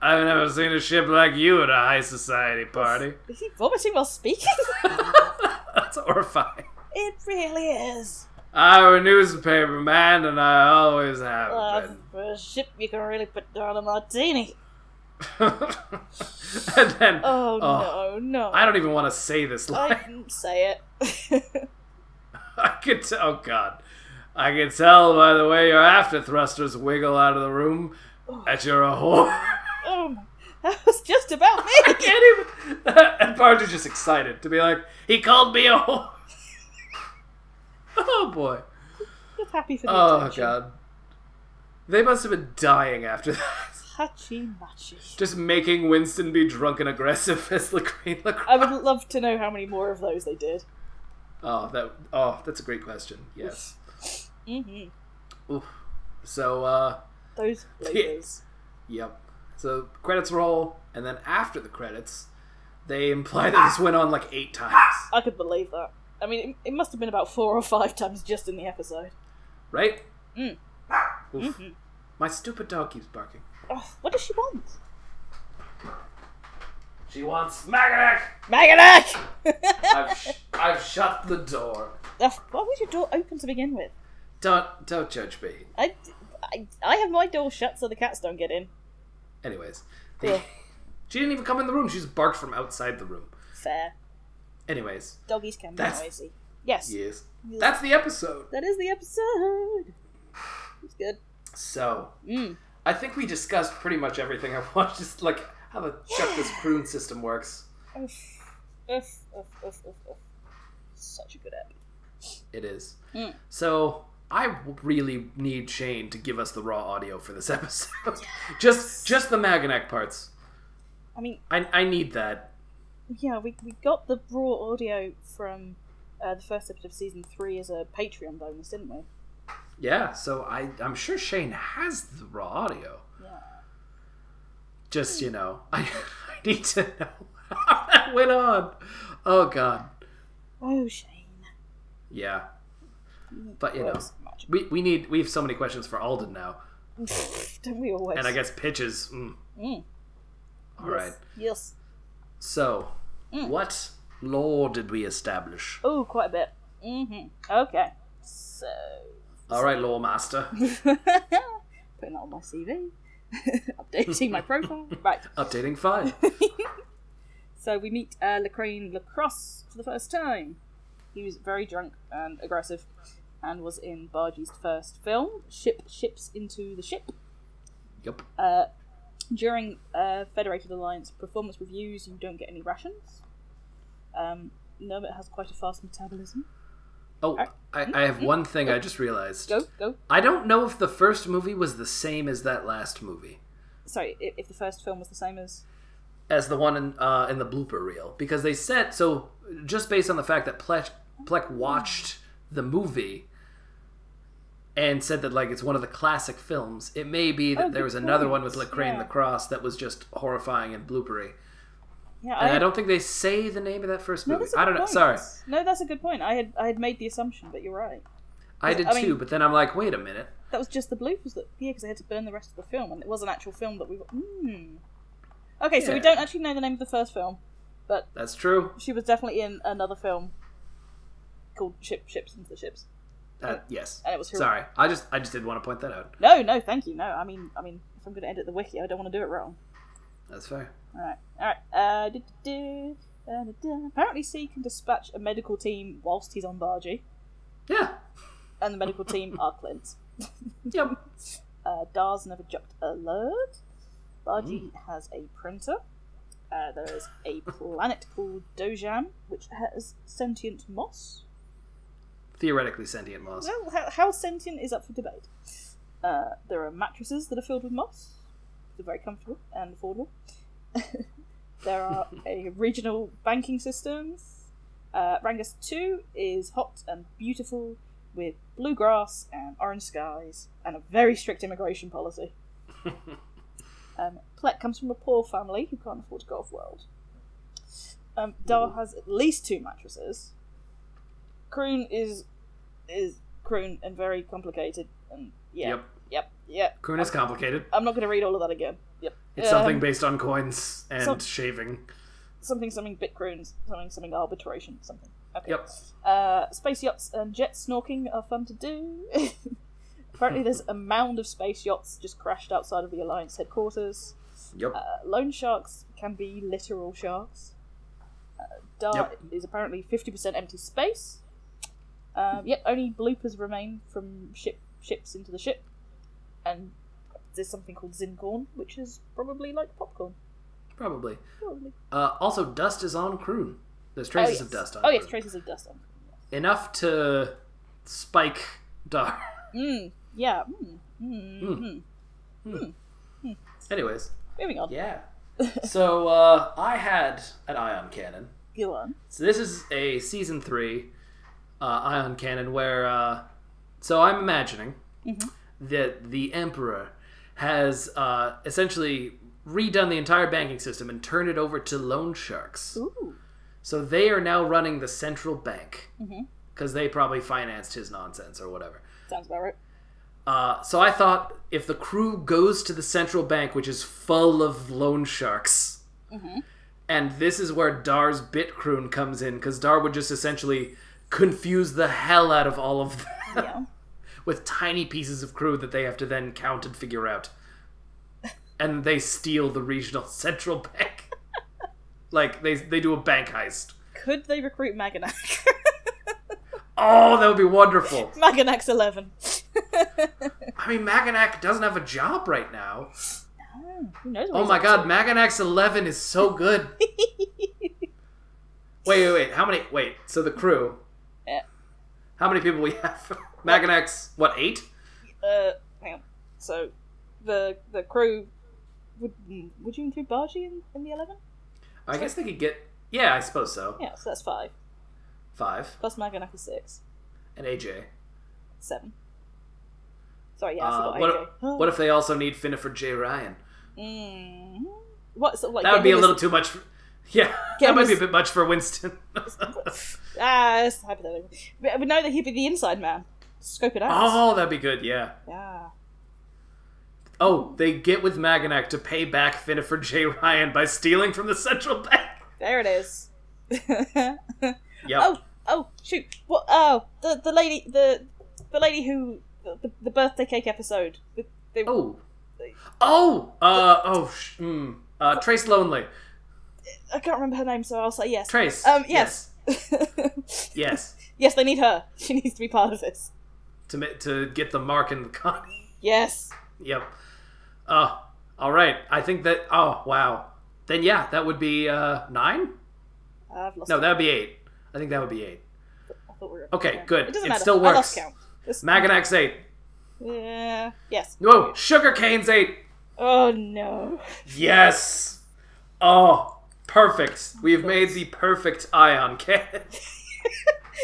[SPEAKER 3] I've never seen a ship like you at a high society party.
[SPEAKER 2] Is he vomiting while speaking? <laughs>
[SPEAKER 3] <laughs> That's horrifying.
[SPEAKER 2] it really is.
[SPEAKER 3] I'm a newspaper man, and I always have
[SPEAKER 2] Uh,
[SPEAKER 3] been.
[SPEAKER 2] for a ship, you can really put down a martini.
[SPEAKER 3] <laughs> and then,
[SPEAKER 2] Oh, no, no!
[SPEAKER 3] I don't even want to say this <laughs>
[SPEAKER 2] I
[SPEAKER 3] line.
[SPEAKER 2] didn't say it. <laughs>
[SPEAKER 3] I could tell. Oh God, I can tell by the way your after thrusters wiggle out of the room that you're a whore. <laughs>
[SPEAKER 2] oh my! That was just about me. <laughs>
[SPEAKER 3] Can't even. <laughs> and Barge is just excited to be like, he called me a whore. <laughs> oh boy.
[SPEAKER 2] Just happy for the
[SPEAKER 3] Oh
[SPEAKER 2] attention.
[SPEAKER 3] god. They must have been dying after that. <laughs>
[SPEAKER 2] Hachi machi.
[SPEAKER 3] Just making Winston be drunk and aggressive <laughs> as Lacrane
[SPEAKER 2] I
[SPEAKER 3] Lacrosse.
[SPEAKER 2] would love to know how many more of those they did.
[SPEAKER 3] Oh, that. Oh, that's a great question. Yes.
[SPEAKER 2] Mm-hmm.
[SPEAKER 3] Oof. So, uh,
[SPEAKER 2] <laughs> Those bloopers.
[SPEAKER 3] yep. So credits roll, and then after the credits, they imply that this went on like eight times,
[SPEAKER 2] I could believe that. I mean, it, it must have been about four or five times just in the episode.
[SPEAKER 3] right? Oof. My stupid dog keeps barking.
[SPEAKER 2] Oh, what does she want?
[SPEAKER 3] She wants Maganac.
[SPEAKER 2] Maganac!
[SPEAKER 3] I've sh- I've shut the door.
[SPEAKER 2] Why was your door open to begin with?
[SPEAKER 3] Don't don't judge me.
[SPEAKER 2] I, I, I have my door shut so the cats don't get in.
[SPEAKER 3] Anyways,
[SPEAKER 2] <laughs> Yeah.
[SPEAKER 3] she didn't even come in the room. She just barked from outside the room.
[SPEAKER 2] Fair.
[SPEAKER 3] Anyways,
[SPEAKER 2] Doggies can be
[SPEAKER 3] That's-
[SPEAKER 2] noisy. Yes.
[SPEAKER 3] yes, that's the episode.
[SPEAKER 2] That is the episode. It's good.
[SPEAKER 3] So, I think we discussed pretty much everything I've <laughs> watched. Just like how the check this prune system works.
[SPEAKER 2] Oof. Oof, oof, oof, oof, oof. Such a good app.
[SPEAKER 3] It is.
[SPEAKER 2] Mm.
[SPEAKER 3] So I w- really need Shane to give us the raw audio for this <laughs> episode. just just the Maganac parts.
[SPEAKER 2] I mean,
[SPEAKER 3] I I need that.
[SPEAKER 2] yeah, we, we got the raw audio from uh, the first episode of season three as a Patreon bonus, didn't we?
[SPEAKER 3] Yeah. So I I'm sure Shane has the raw audio.
[SPEAKER 2] Yeah. Mm.
[SPEAKER 3] Just you know <laughs> I I need to know how that went on. Oh God.
[SPEAKER 2] Oh, Shane.
[SPEAKER 3] Yeah.
[SPEAKER 2] Mm.
[SPEAKER 3] But you know
[SPEAKER 2] Gross. Magic.
[SPEAKER 3] we we need we have so many questions for Alden now.
[SPEAKER 2] Don't we always?
[SPEAKER 3] And I guess pitches. Mm.
[SPEAKER 2] Mm.
[SPEAKER 3] All right.
[SPEAKER 2] Yes.
[SPEAKER 3] So,
[SPEAKER 2] Mm.
[SPEAKER 3] what law did we establish?
[SPEAKER 2] Oh, quite a bit. hmm Okay. So, <laughs>
[SPEAKER 3] All right, law master.
[SPEAKER 2] putting that on my CV, <laughs> updating my profile.
[SPEAKER 3] <laughs>
[SPEAKER 2] Right.
[SPEAKER 3] Updating file.
[SPEAKER 2] So we meet uh, Lacrane Lacrosse for the first time. He was very drunk and aggressive, and was in Bargee's first film, Ship Ships into the Ship.
[SPEAKER 3] Yep.
[SPEAKER 2] Uh, during uh, Federated Alliance performance reviews, you don't get any rations. Um, No, but it has quite a fast metabolism.
[SPEAKER 3] Oh, I, I have one thing I just realized.
[SPEAKER 2] Uh, mm-hmm. Go, go.
[SPEAKER 3] I don't know if the first movie was the same as that last movie,
[SPEAKER 2] Sorry, i- if the first film was the same as.
[SPEAKER 3] as the one in uh, in the blooper reel, because they said so. Just based on the fact that Plek
[SPEAKER 2] Mm.
[SPEAKER 3] Plek watched the movie and said that like it's one of the classic films, it may be that
[SPEAKER 2] Oh,
[SPEAKER 3] there
[SPEAKER 2] good
[SPEAKER 3] was another
[SPEAKER 2] point.
[SPEAKER 3] one with Lacrane
[SPEAKER 2] Yeah.
[SPEAKER 3] the Cross that was just horrifying and bloopery.
[SPEAKER 2] Yeah,
[SPEAKER 3] And I don't think they say the name of that first
[SPEAKER 2] No,
[SPEAKER 3] movie.
[SPEAKER 2] that's a
[SPEAKER 3] I
[SPEAKER 2] good
[SPEAKER 3] don't know.
[SPEAKER 2] point.
[SPEAKER 3] Sorry,
[SPEAKER 2] No, that's a good point. I had I had made the assumption, but you're right.
[SPEAKER 3] I did
[SPEAKER 2] I mean-
[SPEAKER 3] too. But then I'm like, wait a minute.
[SPEAKER 2] That was just the bloopers that yeah, because they had to burn the rest of the film, and it was an actual film that we. Hmm. Okay, so we
[SPEAKER 3] Yeah.
[SPEAKER 2] don't actually know the name of the first film.
[SPEAKER 3] That's true.
[SPEAKER 2] She was definitely in another film called Ship Ships into the Ships.
[SPEAKER 3] Uh, yes.
[SPEAKER 2] And it was her-
[SPEAKER 3] Sorry. I just I just did want to point that out.
[SPEAKER 2] No, no, thank you. No, I mean, I mean, if I'm going to edit the wiki, I don't want to do it wrong.
[SPEAKER 3] That's fair.
[SPEAKER 2] All right, all right. Uh, do, do, do, uh, do. Apparently, C can dispatch a medical team whilst he's on Bargy,
[SPEAKER 3] Yeah.
[SPEAKER 2] and the medical team are Clint.
[SPEAKER 3] Yep.
[SPEAKER 2] Uh, Dar's never jumped alert. Bargy has a printer. Uh, there is a planet called Dojam, which has sentient moss.
[SPEAKER 3] Theoretically sentient moss.
[SPEAKER 2] Well, how, how sentient is up for debate. Uh, there are mattresses that are filled with moss. They're very comfortable and affordable. <laughs> there are a regional banking systems. Uh, Rangus 2 is hot and beautiful with blue grass and orange skies and a very strict immigration
[SPEAKER 3] <laughs>
[SPEAKER 2] policy. um, Plek comes from a poor family who can't afford to go off world. Um, Dar has at least two mattresses. Kroon is is Kroon and very complicated and yeah.
[SPEAKER 3] Yep.
[SPEAKER 2] Yep. Yep.
[SPEAKER 3] Coon is complicated.
[SPEAKER 2] I'm not going to read all of that again. Yep.
[SPEAKER 3] It's
[SPEAKER 2] Um,
[SPEAKER 3] something based on coins and
[SPEAKER 2] some-
[SPEAKER 3] shaving.
[SPEAKER 2] something something bit croons, something something arbitration something. Okay.
[SPEAKER 3] Yep.
[SPEAKER 2] Uh, space yachts and jet snorking are fun to do. <laughs> Apparently, there's a mound of space yachts just crashed outside of the Alliance headquarters.
[SPEAKER 3] Yep.
[SPEAKER 2] Uh, loan sharks can be literal sharks. Uh, Dar
[SPEAKER 3] Yep.
[SPEAKER 2] is apparently 50% empty space. Um, yep, only bloopers remain from ship ships into the ship. And there's something called Zincorn, which is probably like popcorn.
[SPEAKER 3] Probably.
[SPEAKER 2] Probably.
[SPEAKER 3] Uh, also, dust is on Croon. There's traces
[SPEAKER 2] oh, yes.
[SPEAKER 3] of dust on
[SPEAKER 2] Oh, yes,
[SPEAKER 3] Kroon.
[SPEAKER 2] traces of dust on.
[SPEAKER 3] Enough to spike <laughs> Dar.
[SPEAKER 2] Mm, yeah. Mm, mm, mm.
[SPEAKER 3] Anyways.
[SPEAKER 2] Moving on. <laughs>
[SPEAKER 3] Yeah. so, uh, I had an ion cannon.
[SPEAKER 2] Go on.
[SPEAKER 3] So this is a season three uh, ion cannon where. Uh, so I'm imagining that the emperor has uh, essentially redone the entire banking system and turned it over to loan sharks.
[SPEAKER 2] Ooh.
[SPEAKER 3] So they are now running the central bank because they probably financed his nonsense or whatever.
[SPEAKER 2] Sounds about right.
[SPEAKER 3] Uh, so I thought if the crew goes to the central bank, which is full of loan sharks, and this is where Dar's Bitcroon comes in, because Dar would just essentially confuse the hell out of all of them
[SPEAKER 2] Yeah.
[SPEAKER 3] <laughs> with tiny pieces of crew that they have to then count and figure out. And they steal the regional <laughs> central bank. like, they, they do a bank heist.
[SPEAKER 2] Could they recruit <laughs> Maganak?
[SPEAKER 3] Oh, that would be wonderful.
[SPEAKER 2] Maganak's 11.
[SPEAKER 3] I mean, Maganac doesn't have a job right now.
[SPEAKER 2] Who knows? what
[SPEAKER 3] Oh
[SPEAKER 2] he's
[SPEAKER 3] my
[SPEAKER 2] up
[SPEAKER 3] god, Maganac's 11 is
[SPEAKER 2] <laughs>
[SPEAKER 3] so good. wait, wait, wait. How many? Wait, so the crew.
[SPEAKER 2] Yeah.
[SPEAKER 3] How many people we have? <laughs> Maganac's, what, eight?
[SPEAKER 2] to. Uh, hang on. So, the the crew. Would, mm, would you include Bargy in, in the 11?
[SPEAKER 3] I guess they could get. Yeah, I suppose so.
[SPEAKER 2] Yeah, so that's 5.
[SPEAKER 3] Five.
[SPEAKER 2] Plus Maganak is 6.
[SPEAKER 3] And AJ.
[SPEAKER 2] 7. Sorry, yeah, I
[SPEAKER 3] Uh,
[SPEAKER 2] forgot
[SPEAKER 3] what,
[SPEAKER 2] AJ.
[SPEAKER 3] if, what if they also need Finnifer J. Ryan?
[SPEAKER 2] Mm. What, sort of like
[SPEAKER 3] That would be a
[SPEAKER 2] getting
[SPEAKER 3] little
[SPEAKER 2] this-
[SPEAKER 3] too much. For, <laughs> yeah,
[SPEAKER 2] Get
[SPEAKER 3] that might
[SPEAKER 2] his-
[SPEAKER 3] be a bit much for Winston. <laughs>
[SPEAKER 2] <laughs> Ah, it's hypothetical. But we know that he'd be the inside man. Scope it out.
[SPEAKER 3] oh, that'd be good, yeah.
[SPEAKER 2] Yeah.
[SPEAKER 3] Oh, they get with Maganac to pay back Finnifer J. Ryan by stealing from the central bank.
[SPEAKER 2] There it is. <laughs>
[SPEAKER 3] Yep.
[SPEAKER 2] oh, oh, shoot! What? Oh, the the lady, the the lady who the, the birthday cake episode. The, the,
[SPEAKER 3] Oh. Oh. Uh. Oh. Sh- mm. Uh. Trace Lonely.
[SPEAKER 2] I can't remember her name, so I'll say yes.
[SPEAKER 3] Trace.
[SPEAKER 2] Um, yes.
[SPEAKER 3] Yes. Yes.
[SPEAKER 2] <laughs>
[SPEAKER 3] <laughs>
[SPEAKER 2] yes, they need her. She needs to be part of this.
[SPEAKER 3] To ma- to get the mark and the <laughs> con.
[SPEAKER 2] Yes.
[SPEAKER 3] yep. Uh. All right. I think that. Oh. Wow. Then yeah, that would be uh nine.
[SPEAKER 2] I've lost.
[SPEAKER 3] No, that would be eight. I think that would be eight.
[SPEAKER 2] I thought we were
[SPEAKER 3] Okay,
[SPEAKER 2] yeah.
[SPEAKER 3] good.
[SPEAKER 2] It doesn't
[SPEAKER 3] It
[SPEAKER 2] matter.
[SPEAKER 3] still
[SPEAKER 2] I lost
[SPEAKER 3] works.
[SPEAKER 2] count. It's-
[SPEAKER 3] Maganak's eight.
[SPEAKER 2] Yeah. Yes.
[SPEAKER 3] Whoa, sugar cane's eight.
[SPEAKER 2] Oh no. <laughs>
[SPEAKER 3] Yes. Oh, perfect. We've made the perfect ion <laughs> can.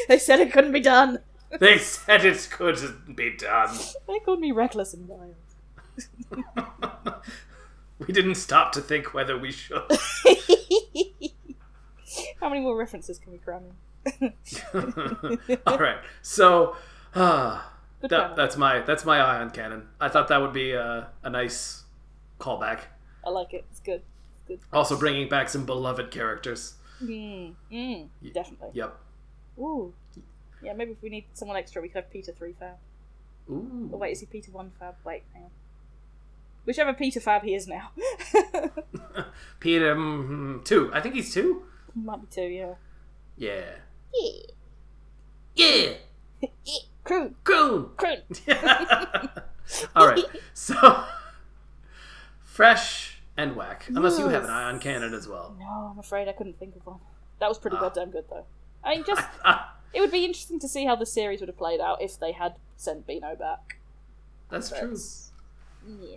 [SPEAKER 2] They said it couldn't be done.
[SPEAKER 3] they said it couldn't be done.
[SPEAKER 2] They called me reckless and wild.
[SPEAKER 3] <laughs> We didn't stop to think whether
[SPEAKER 2] <laughs>
[SPEAKER 3] we should.
[SPEAKER 2] How many more references can we cram in?
[SPEAKER 3] All right. So, uh,
[SPEAKER 2] Good
[SPEAKER 3] that,
[SPEAKER 2] cram.
[SPEAKER 3] that's my that's my ion cannon. I thought that would be a, a nice callback.
[SPEAKER 2] I like it. It's good.
[SPEAKER 3] Also bringing back some beloved characters.
[SPEAKER 2] Mm, mm, definitely.
[SPEAKER 3] Yep.
[SPEAKER 2] Ooh. Yeah, maybe if we need someone extra, we could have Peter 3 Fab.
[SPEAKER 3] Ooh.
[SPEAKER 2] Oh, wait, is he Peter 1 Fab? Wait, hang on. Whichever Peter Fab he is now. <laughs>
[SPEAKER 3] Peter mm, two. I think he's two.
[SPEAKER 2] Might be two, yeah.
[SPEAKER 3] Yeah.
[SPEAKER 2] Yeah.
[SPEAKER 3] Yeah.
[SPEAKER 2] Yeah. Croon,
[SPEAKER 3] Goon.
[SPEAKER 2] croon. <laughs>
[SPEAKER 3] All right. So, <laughs> fresh and whack. Unless you have an ion cannon as well. <laughs>
[SPEAKER 2] No, Oh, I'm afraid I couldn't think of one. That was pretty goddamn good, though. I mean, just.
[SPEAKER 3] Ah,
[SPEAKER 2] It would be interesting to see how the series would have played out if they had sent Beano back.
[SPEAKER 3] that's true.
[SPEAKER 2] That's- Yeah.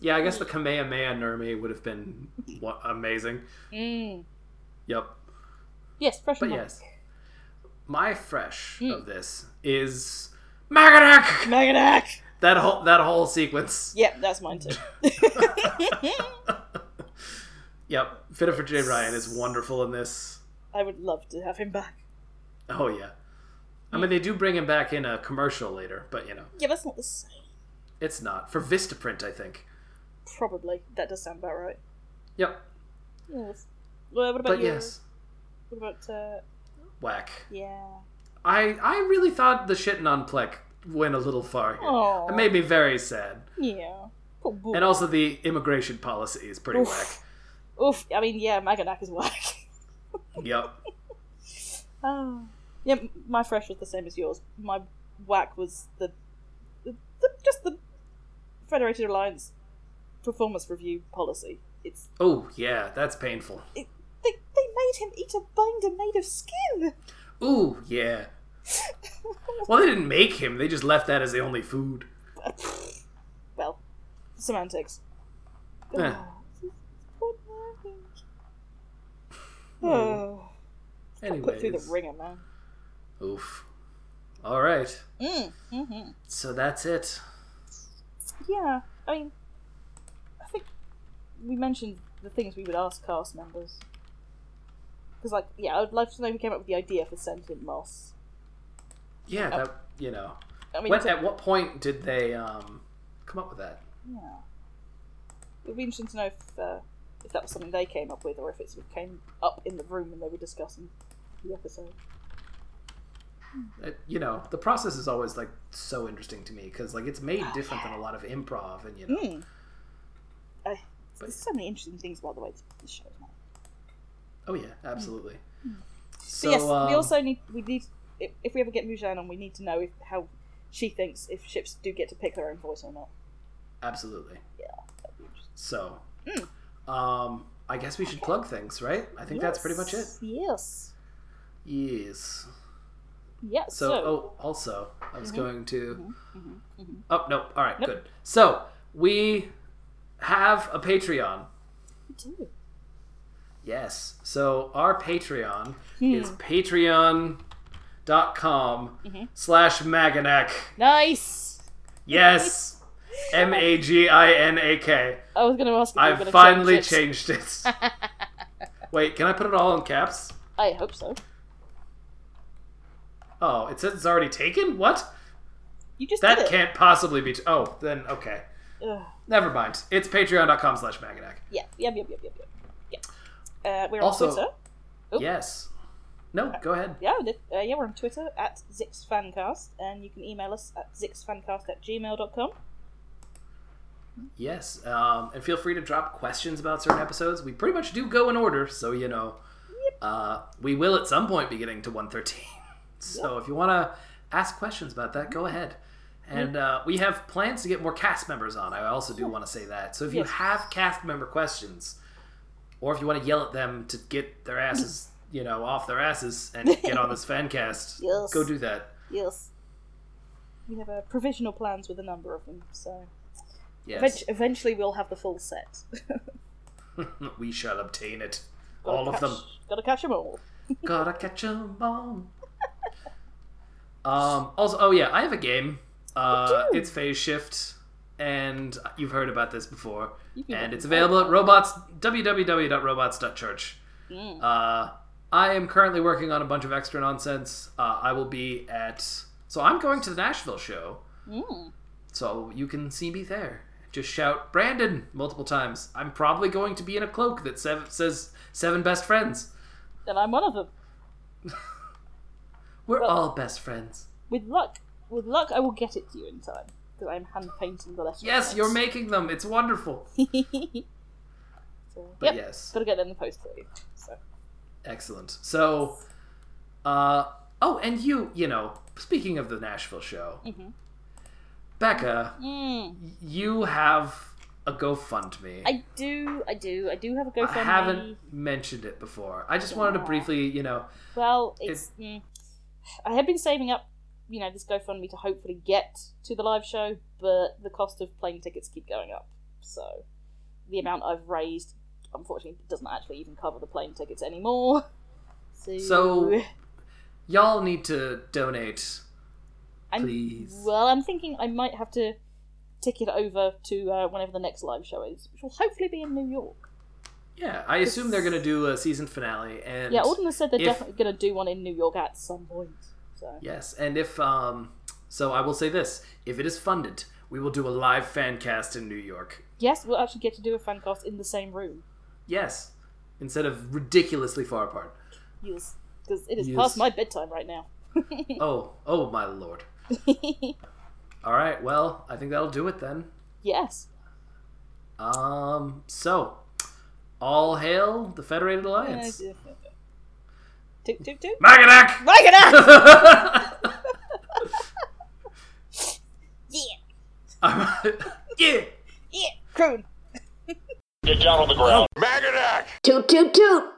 [SPEAKER 3] Yeah, I guess the Kamehameha Nerme would have been wa- amazing.
[SPEAKER 2] Mm.
[SPEAKER 3] Yep.
[SPEAKER 2] Yes, fresh
[SPEAKER 3] But
[SPEAKER 2] and
[SPEAKER 3] yes, my fresh
[SPEAKER 2] Mm.
[SPEAKER 3] of this is Maganak.
[SPEAKER 2] Magadak!
[SPEAKER 3] That whole that whole sequence.
[SPEAKER 2] Yep, that's mine
[SPEAKER 3] <laughs>
[SPEAKER 2] too.
[SPEAKER 3] Yep. Fit for J. Ryan is wonderful in this.
[SPEAKER 2] I would love to have him back.
[SPEAKER 3] Oh yeah. I mean, they do bring him back in a commercial later, but you know,
[SPEAKER 2] Yeah, that's not the same.
[SPEAKER 3] it's not for Vistaprint, I think.
[SPEAKER 2] Probably. That does sound about right.
[SPEAKER 3] Yep.
[SPEAKER 2] Yes. Well, what about
[SPEAKER 3] But
[SPEAKER 2] you?
[SPEAKER 3] yes,
[SPEAKER 2] What about, uh,
[SPEAKER 3] whack.
[SPEAKER 2] yeah.
[SPEAKER 3] I I really thought the shitting on Plek went a little far here.
[SPEAKER 2] Aw.
[SPEAKER 3] It made me very sad.
[SPEAKER 2] Yeah. Poor boo.
[SPEAKER 3] And also the immigration policy is pretty
[SPEAKER 2] Oof.
[SPEAKER 3] whack.
[SPEAKER 2] Oof. I mean, yeah, Maganak <laughs> is whack.
[SPEAKER 3] Yep.
[SPEAKER 2] oh. Yeah, m- my fresh was the same as yours. My whack was the, the, the just the Federated Alliance performance review policy. It's
[SPEAKER 3] Oh yeah, that's painful.
[SPEAKER 2] it, they they made him eat a binder made of skin.
[SPEAKER 3] Ooh, yeah. well, they didn't make him. They just left that as the only food.
[SPEAKER 2] Well, semantics.
[SPEAKER 3] Eh.
[SPEAKER 2] <sighs> Oh. <sighs> Put
[SPEAKER 3] Anyways.
[SPEAKER 2] through the ringer, man.
[SPEAKER 3] Oof. All right.
[SPEAKER 2] Mm, hmm
[SPEAKER 3] So that's it.
[SPEAKER 2] Yeah, I mean, I think we mentioned the things we would ask cast members. Because, like, yeah, I would love to know who came up with the idea for Sentient Moss.
[SPEAKER 3] Yeah, that you know.
[SPEAKER 2] I mean,
[SPEAKER 3] When,
[SPEAKER 2] it's a-
[SPEAKER 3] at what point did they um come up with that?
[SPEAKER 2] yeah. It would be interesting to know if, uh, if that was something they came up with or if it sort of came up in the room when they were discussing the episode.
[SPEAKER 3] It- Uh, you know, the process is always like so interesting to me because like it's made different than a lot of improv, and you know,
[SPEAKER 2] Oh, Mm. Uh, there's so many interesting things about the way this, this show is made.
[SPEAKER 3] oh yeah, absolutely.
[SPEAKER 2] So
[SPEAKER 3] So
[SPEAKER 2] Mm. yes,
[SPEAKER 3] um,
[SPEAKER 2] we also need we need if, if we ever get Mujan on, we need to know if, how she thinks if ships do get to pick their own voice or not.
[SPEAKER 3] absolutely.
[SPEAKER 2] be interesting.
[SPEAKER 3] So, um, I guess we should plug things, right? I think that's pretty much it.
[SPEAKER 2] Yes.
[SPEAKER 3] Yes.
[SPEAKER 2] Yes.
[SPEAKER 3] So,
[SPEAKER 2] So, Mm-hmm.
[SPEAKER 3] oh, also, I was going to. Oh no! All right, good. So we have a Patreon.
[SPEAKER 2] we do.
[SPEAKER 3] Yes. So our Patreon
[SPEAKER 2] Hmm.
[SPEAKER 3] is patreon.com
[SPEAKER 2] Mm-hmm.
[SPEAKER 3] slash Maganak.
[SPEAKER 2] Nice. <laughs>
[SPEAKER 3] Yes. M A G I N A K.
[SPEAKER 2] I was going to ask. If you were
[SPEAKER 3] I
[SPEAKER 2] gonna
[SPEAKER 3] finally
[SPEAKER 2] change it.
[SPEAKER 3] changed it.
[SPEAKER 2] <laughs>
[SPEAKER 3] Wait, can I put it all in caps?
[SPEAKER 2] I hope so.
[SPEAKER 3] Oh, it says it's already taken? What?
[SPEAKER 2] You just
[SPEAKER 3] That
[SPEAKER 2] did it.
[SPEAKER 3] can't possibly be. T- oh, then okay.
[SPEAKER 2] Ugh.
[SPEAKER 3] Never mind. It's patreon.com slash Maganak.
[SPEAKER 2] Yeah. Yep. Yep. Yep. Yep. Yep. Yeah. Uh, we're
[SPEAKER 3] Also-
[SPEAKER 2] on Twitter. Oop.
[SPEAKER 3] Yes. No, go ahead.
[SPEAKER 2] Yeah, we did- uh, yeah, we're on Twitter at ZixFancast, and you can email us at ZixFancast at gmail.com.
[SPEAKER 3] Yes. Um, and feel free to drop questions about certain episodes. We pretty much do go in order, so you know. Uh, we will at some point be getting to 113. <laughs> So if you want to ask questions about that, go ahead. And uh, we have plans to get more cast members on. I also do want to say that. So if you
[SPEAKER 2] Yes. <laughs>
[SPEAKER 3] have cast member questions, or if you want to yell at them to get their asses you know, off their asses and get on this fan cast,
[SPEAKER 2] Yes.
[SPEAKER 3] go do that.
[SPEAKER 2] Yes. We have uh, provisional plans with a number of them, so
[SPEAKER 3] Yes.
[SPEAKER 2] Eventu- eventually we'll have the full set. <laughs>
[SPEAKER 3] we shall obtain it. All of
[SPEAKER 2] Catch-
[SPEAKER 3] them.
[SPEAKER 2] Gotta catch them all.
[SPEAKER 3] Gotta catch 'em all. Um, also, oh yeah, I have a game. Uh,
[SPEAKER 2] do.
[SPEAKER 3] it's Phase Shift, and you've heard about this before.
[SPEAKER 2] You can
[SPEAKER 3] And
[SPEAKER 2] go
[SPEAKER 3] it's
[SPEAKER 2] and
[SPEAKER 3] available at robots www.robots.church.
[SPEAKER 2] Hmm.
[SPEAKER 3] Uh, I am currently working on a bunch of extra nonsense. Uh, I will be at so I'm going to the Nashville show,
[SPEAKER 2] Hmm.
[SPEAKER 3] so you can see me there. Just shout Brandon multiple times. I'm probably going to be in a cloak that sev- says seven best friends.
[SPEAKER 2] Then I'm one of them.
[SPEAKER 3] We're all best friends.
[SPEAKER 2] With luck, with luck, I will get it to you in time because I'm hand painting the letter.
[SPEAKER 3] Yes, you're making them. It's wonderful.
[SPEAKER 2] <laughs> making. so, yep,
[SPEAKER 3] But yes,
[SPEAKER 2] gotta get them in the post for you. So
[SPEAKER 3] excellent. So, uh, oh, and you, you know, speaking of the Nashville show, Becca, y- you have a GoFundMe.
[SPEAKER 2] I do, I do, I do have a GoFundMe.
[SPEAKER 3] I haven't mentioned it before. I just wanted to briefly, you know,
[SPEAKER 2] Well, it's. mm, I had been saving up, you know, this GoFundMe to hopefully get to the live show, but the cost of plane tickets keep going up. So the amount I've raised, unfortunately, doesn't actually even cover the plane tickets anymore. <laughs> So,
[SPEAKER 3] So, y'all need to donate.
[SPEAKER 2] I'm,
[SPEAKER 3] please.
[SPEAKER 2] Well, I'm thinking I might have to tick it over to uh, whenever the next live show is, which will hopefully be in New York.
[SPEAKER 3] Yeah, I assume they're going to do a season finale. And
[SPEAKER 2] yeah, Alden has said they're
[SPEAKER 3] if-
[SPEAKER 2] definitely going to do one in New York at some point. So
[SPEAKER 3] Yes, and if um, so, I will say this: if it is funded, we will do a live fan cast in New York.
[SPEAKER 2] yes, we'll actually get to do a fan cast in the same room.
[SPEAKER 3] Yes, instead of ridiculously far apart.
[SPEAKER 2] Yes, because it is
[SPEAKER 3] Yes.
[SPEAKER 2] past my bedtime right now.
[SPEAKER 3] Oh, oh my lord! All right, well, I think that'll do it then.
[SPEAKER 2] Yes.
[SPEAKER 3] Um, so all hail the Federated Alliance.
[SPEAKER 2] Toot toot toot.
[SPEAKER 3] Magadak!
[SPEAKER 2] Look at that!
[SPEAKER 3] <laughs>
[SPEAKER 2] Yeah,
[SPEAKER 3] <laughs> yeah.
[SPEAKER 2] yeah, croon.
[SPEAKER 5] Get down on the ground.
[SPEAKER 7] Toot toot toot!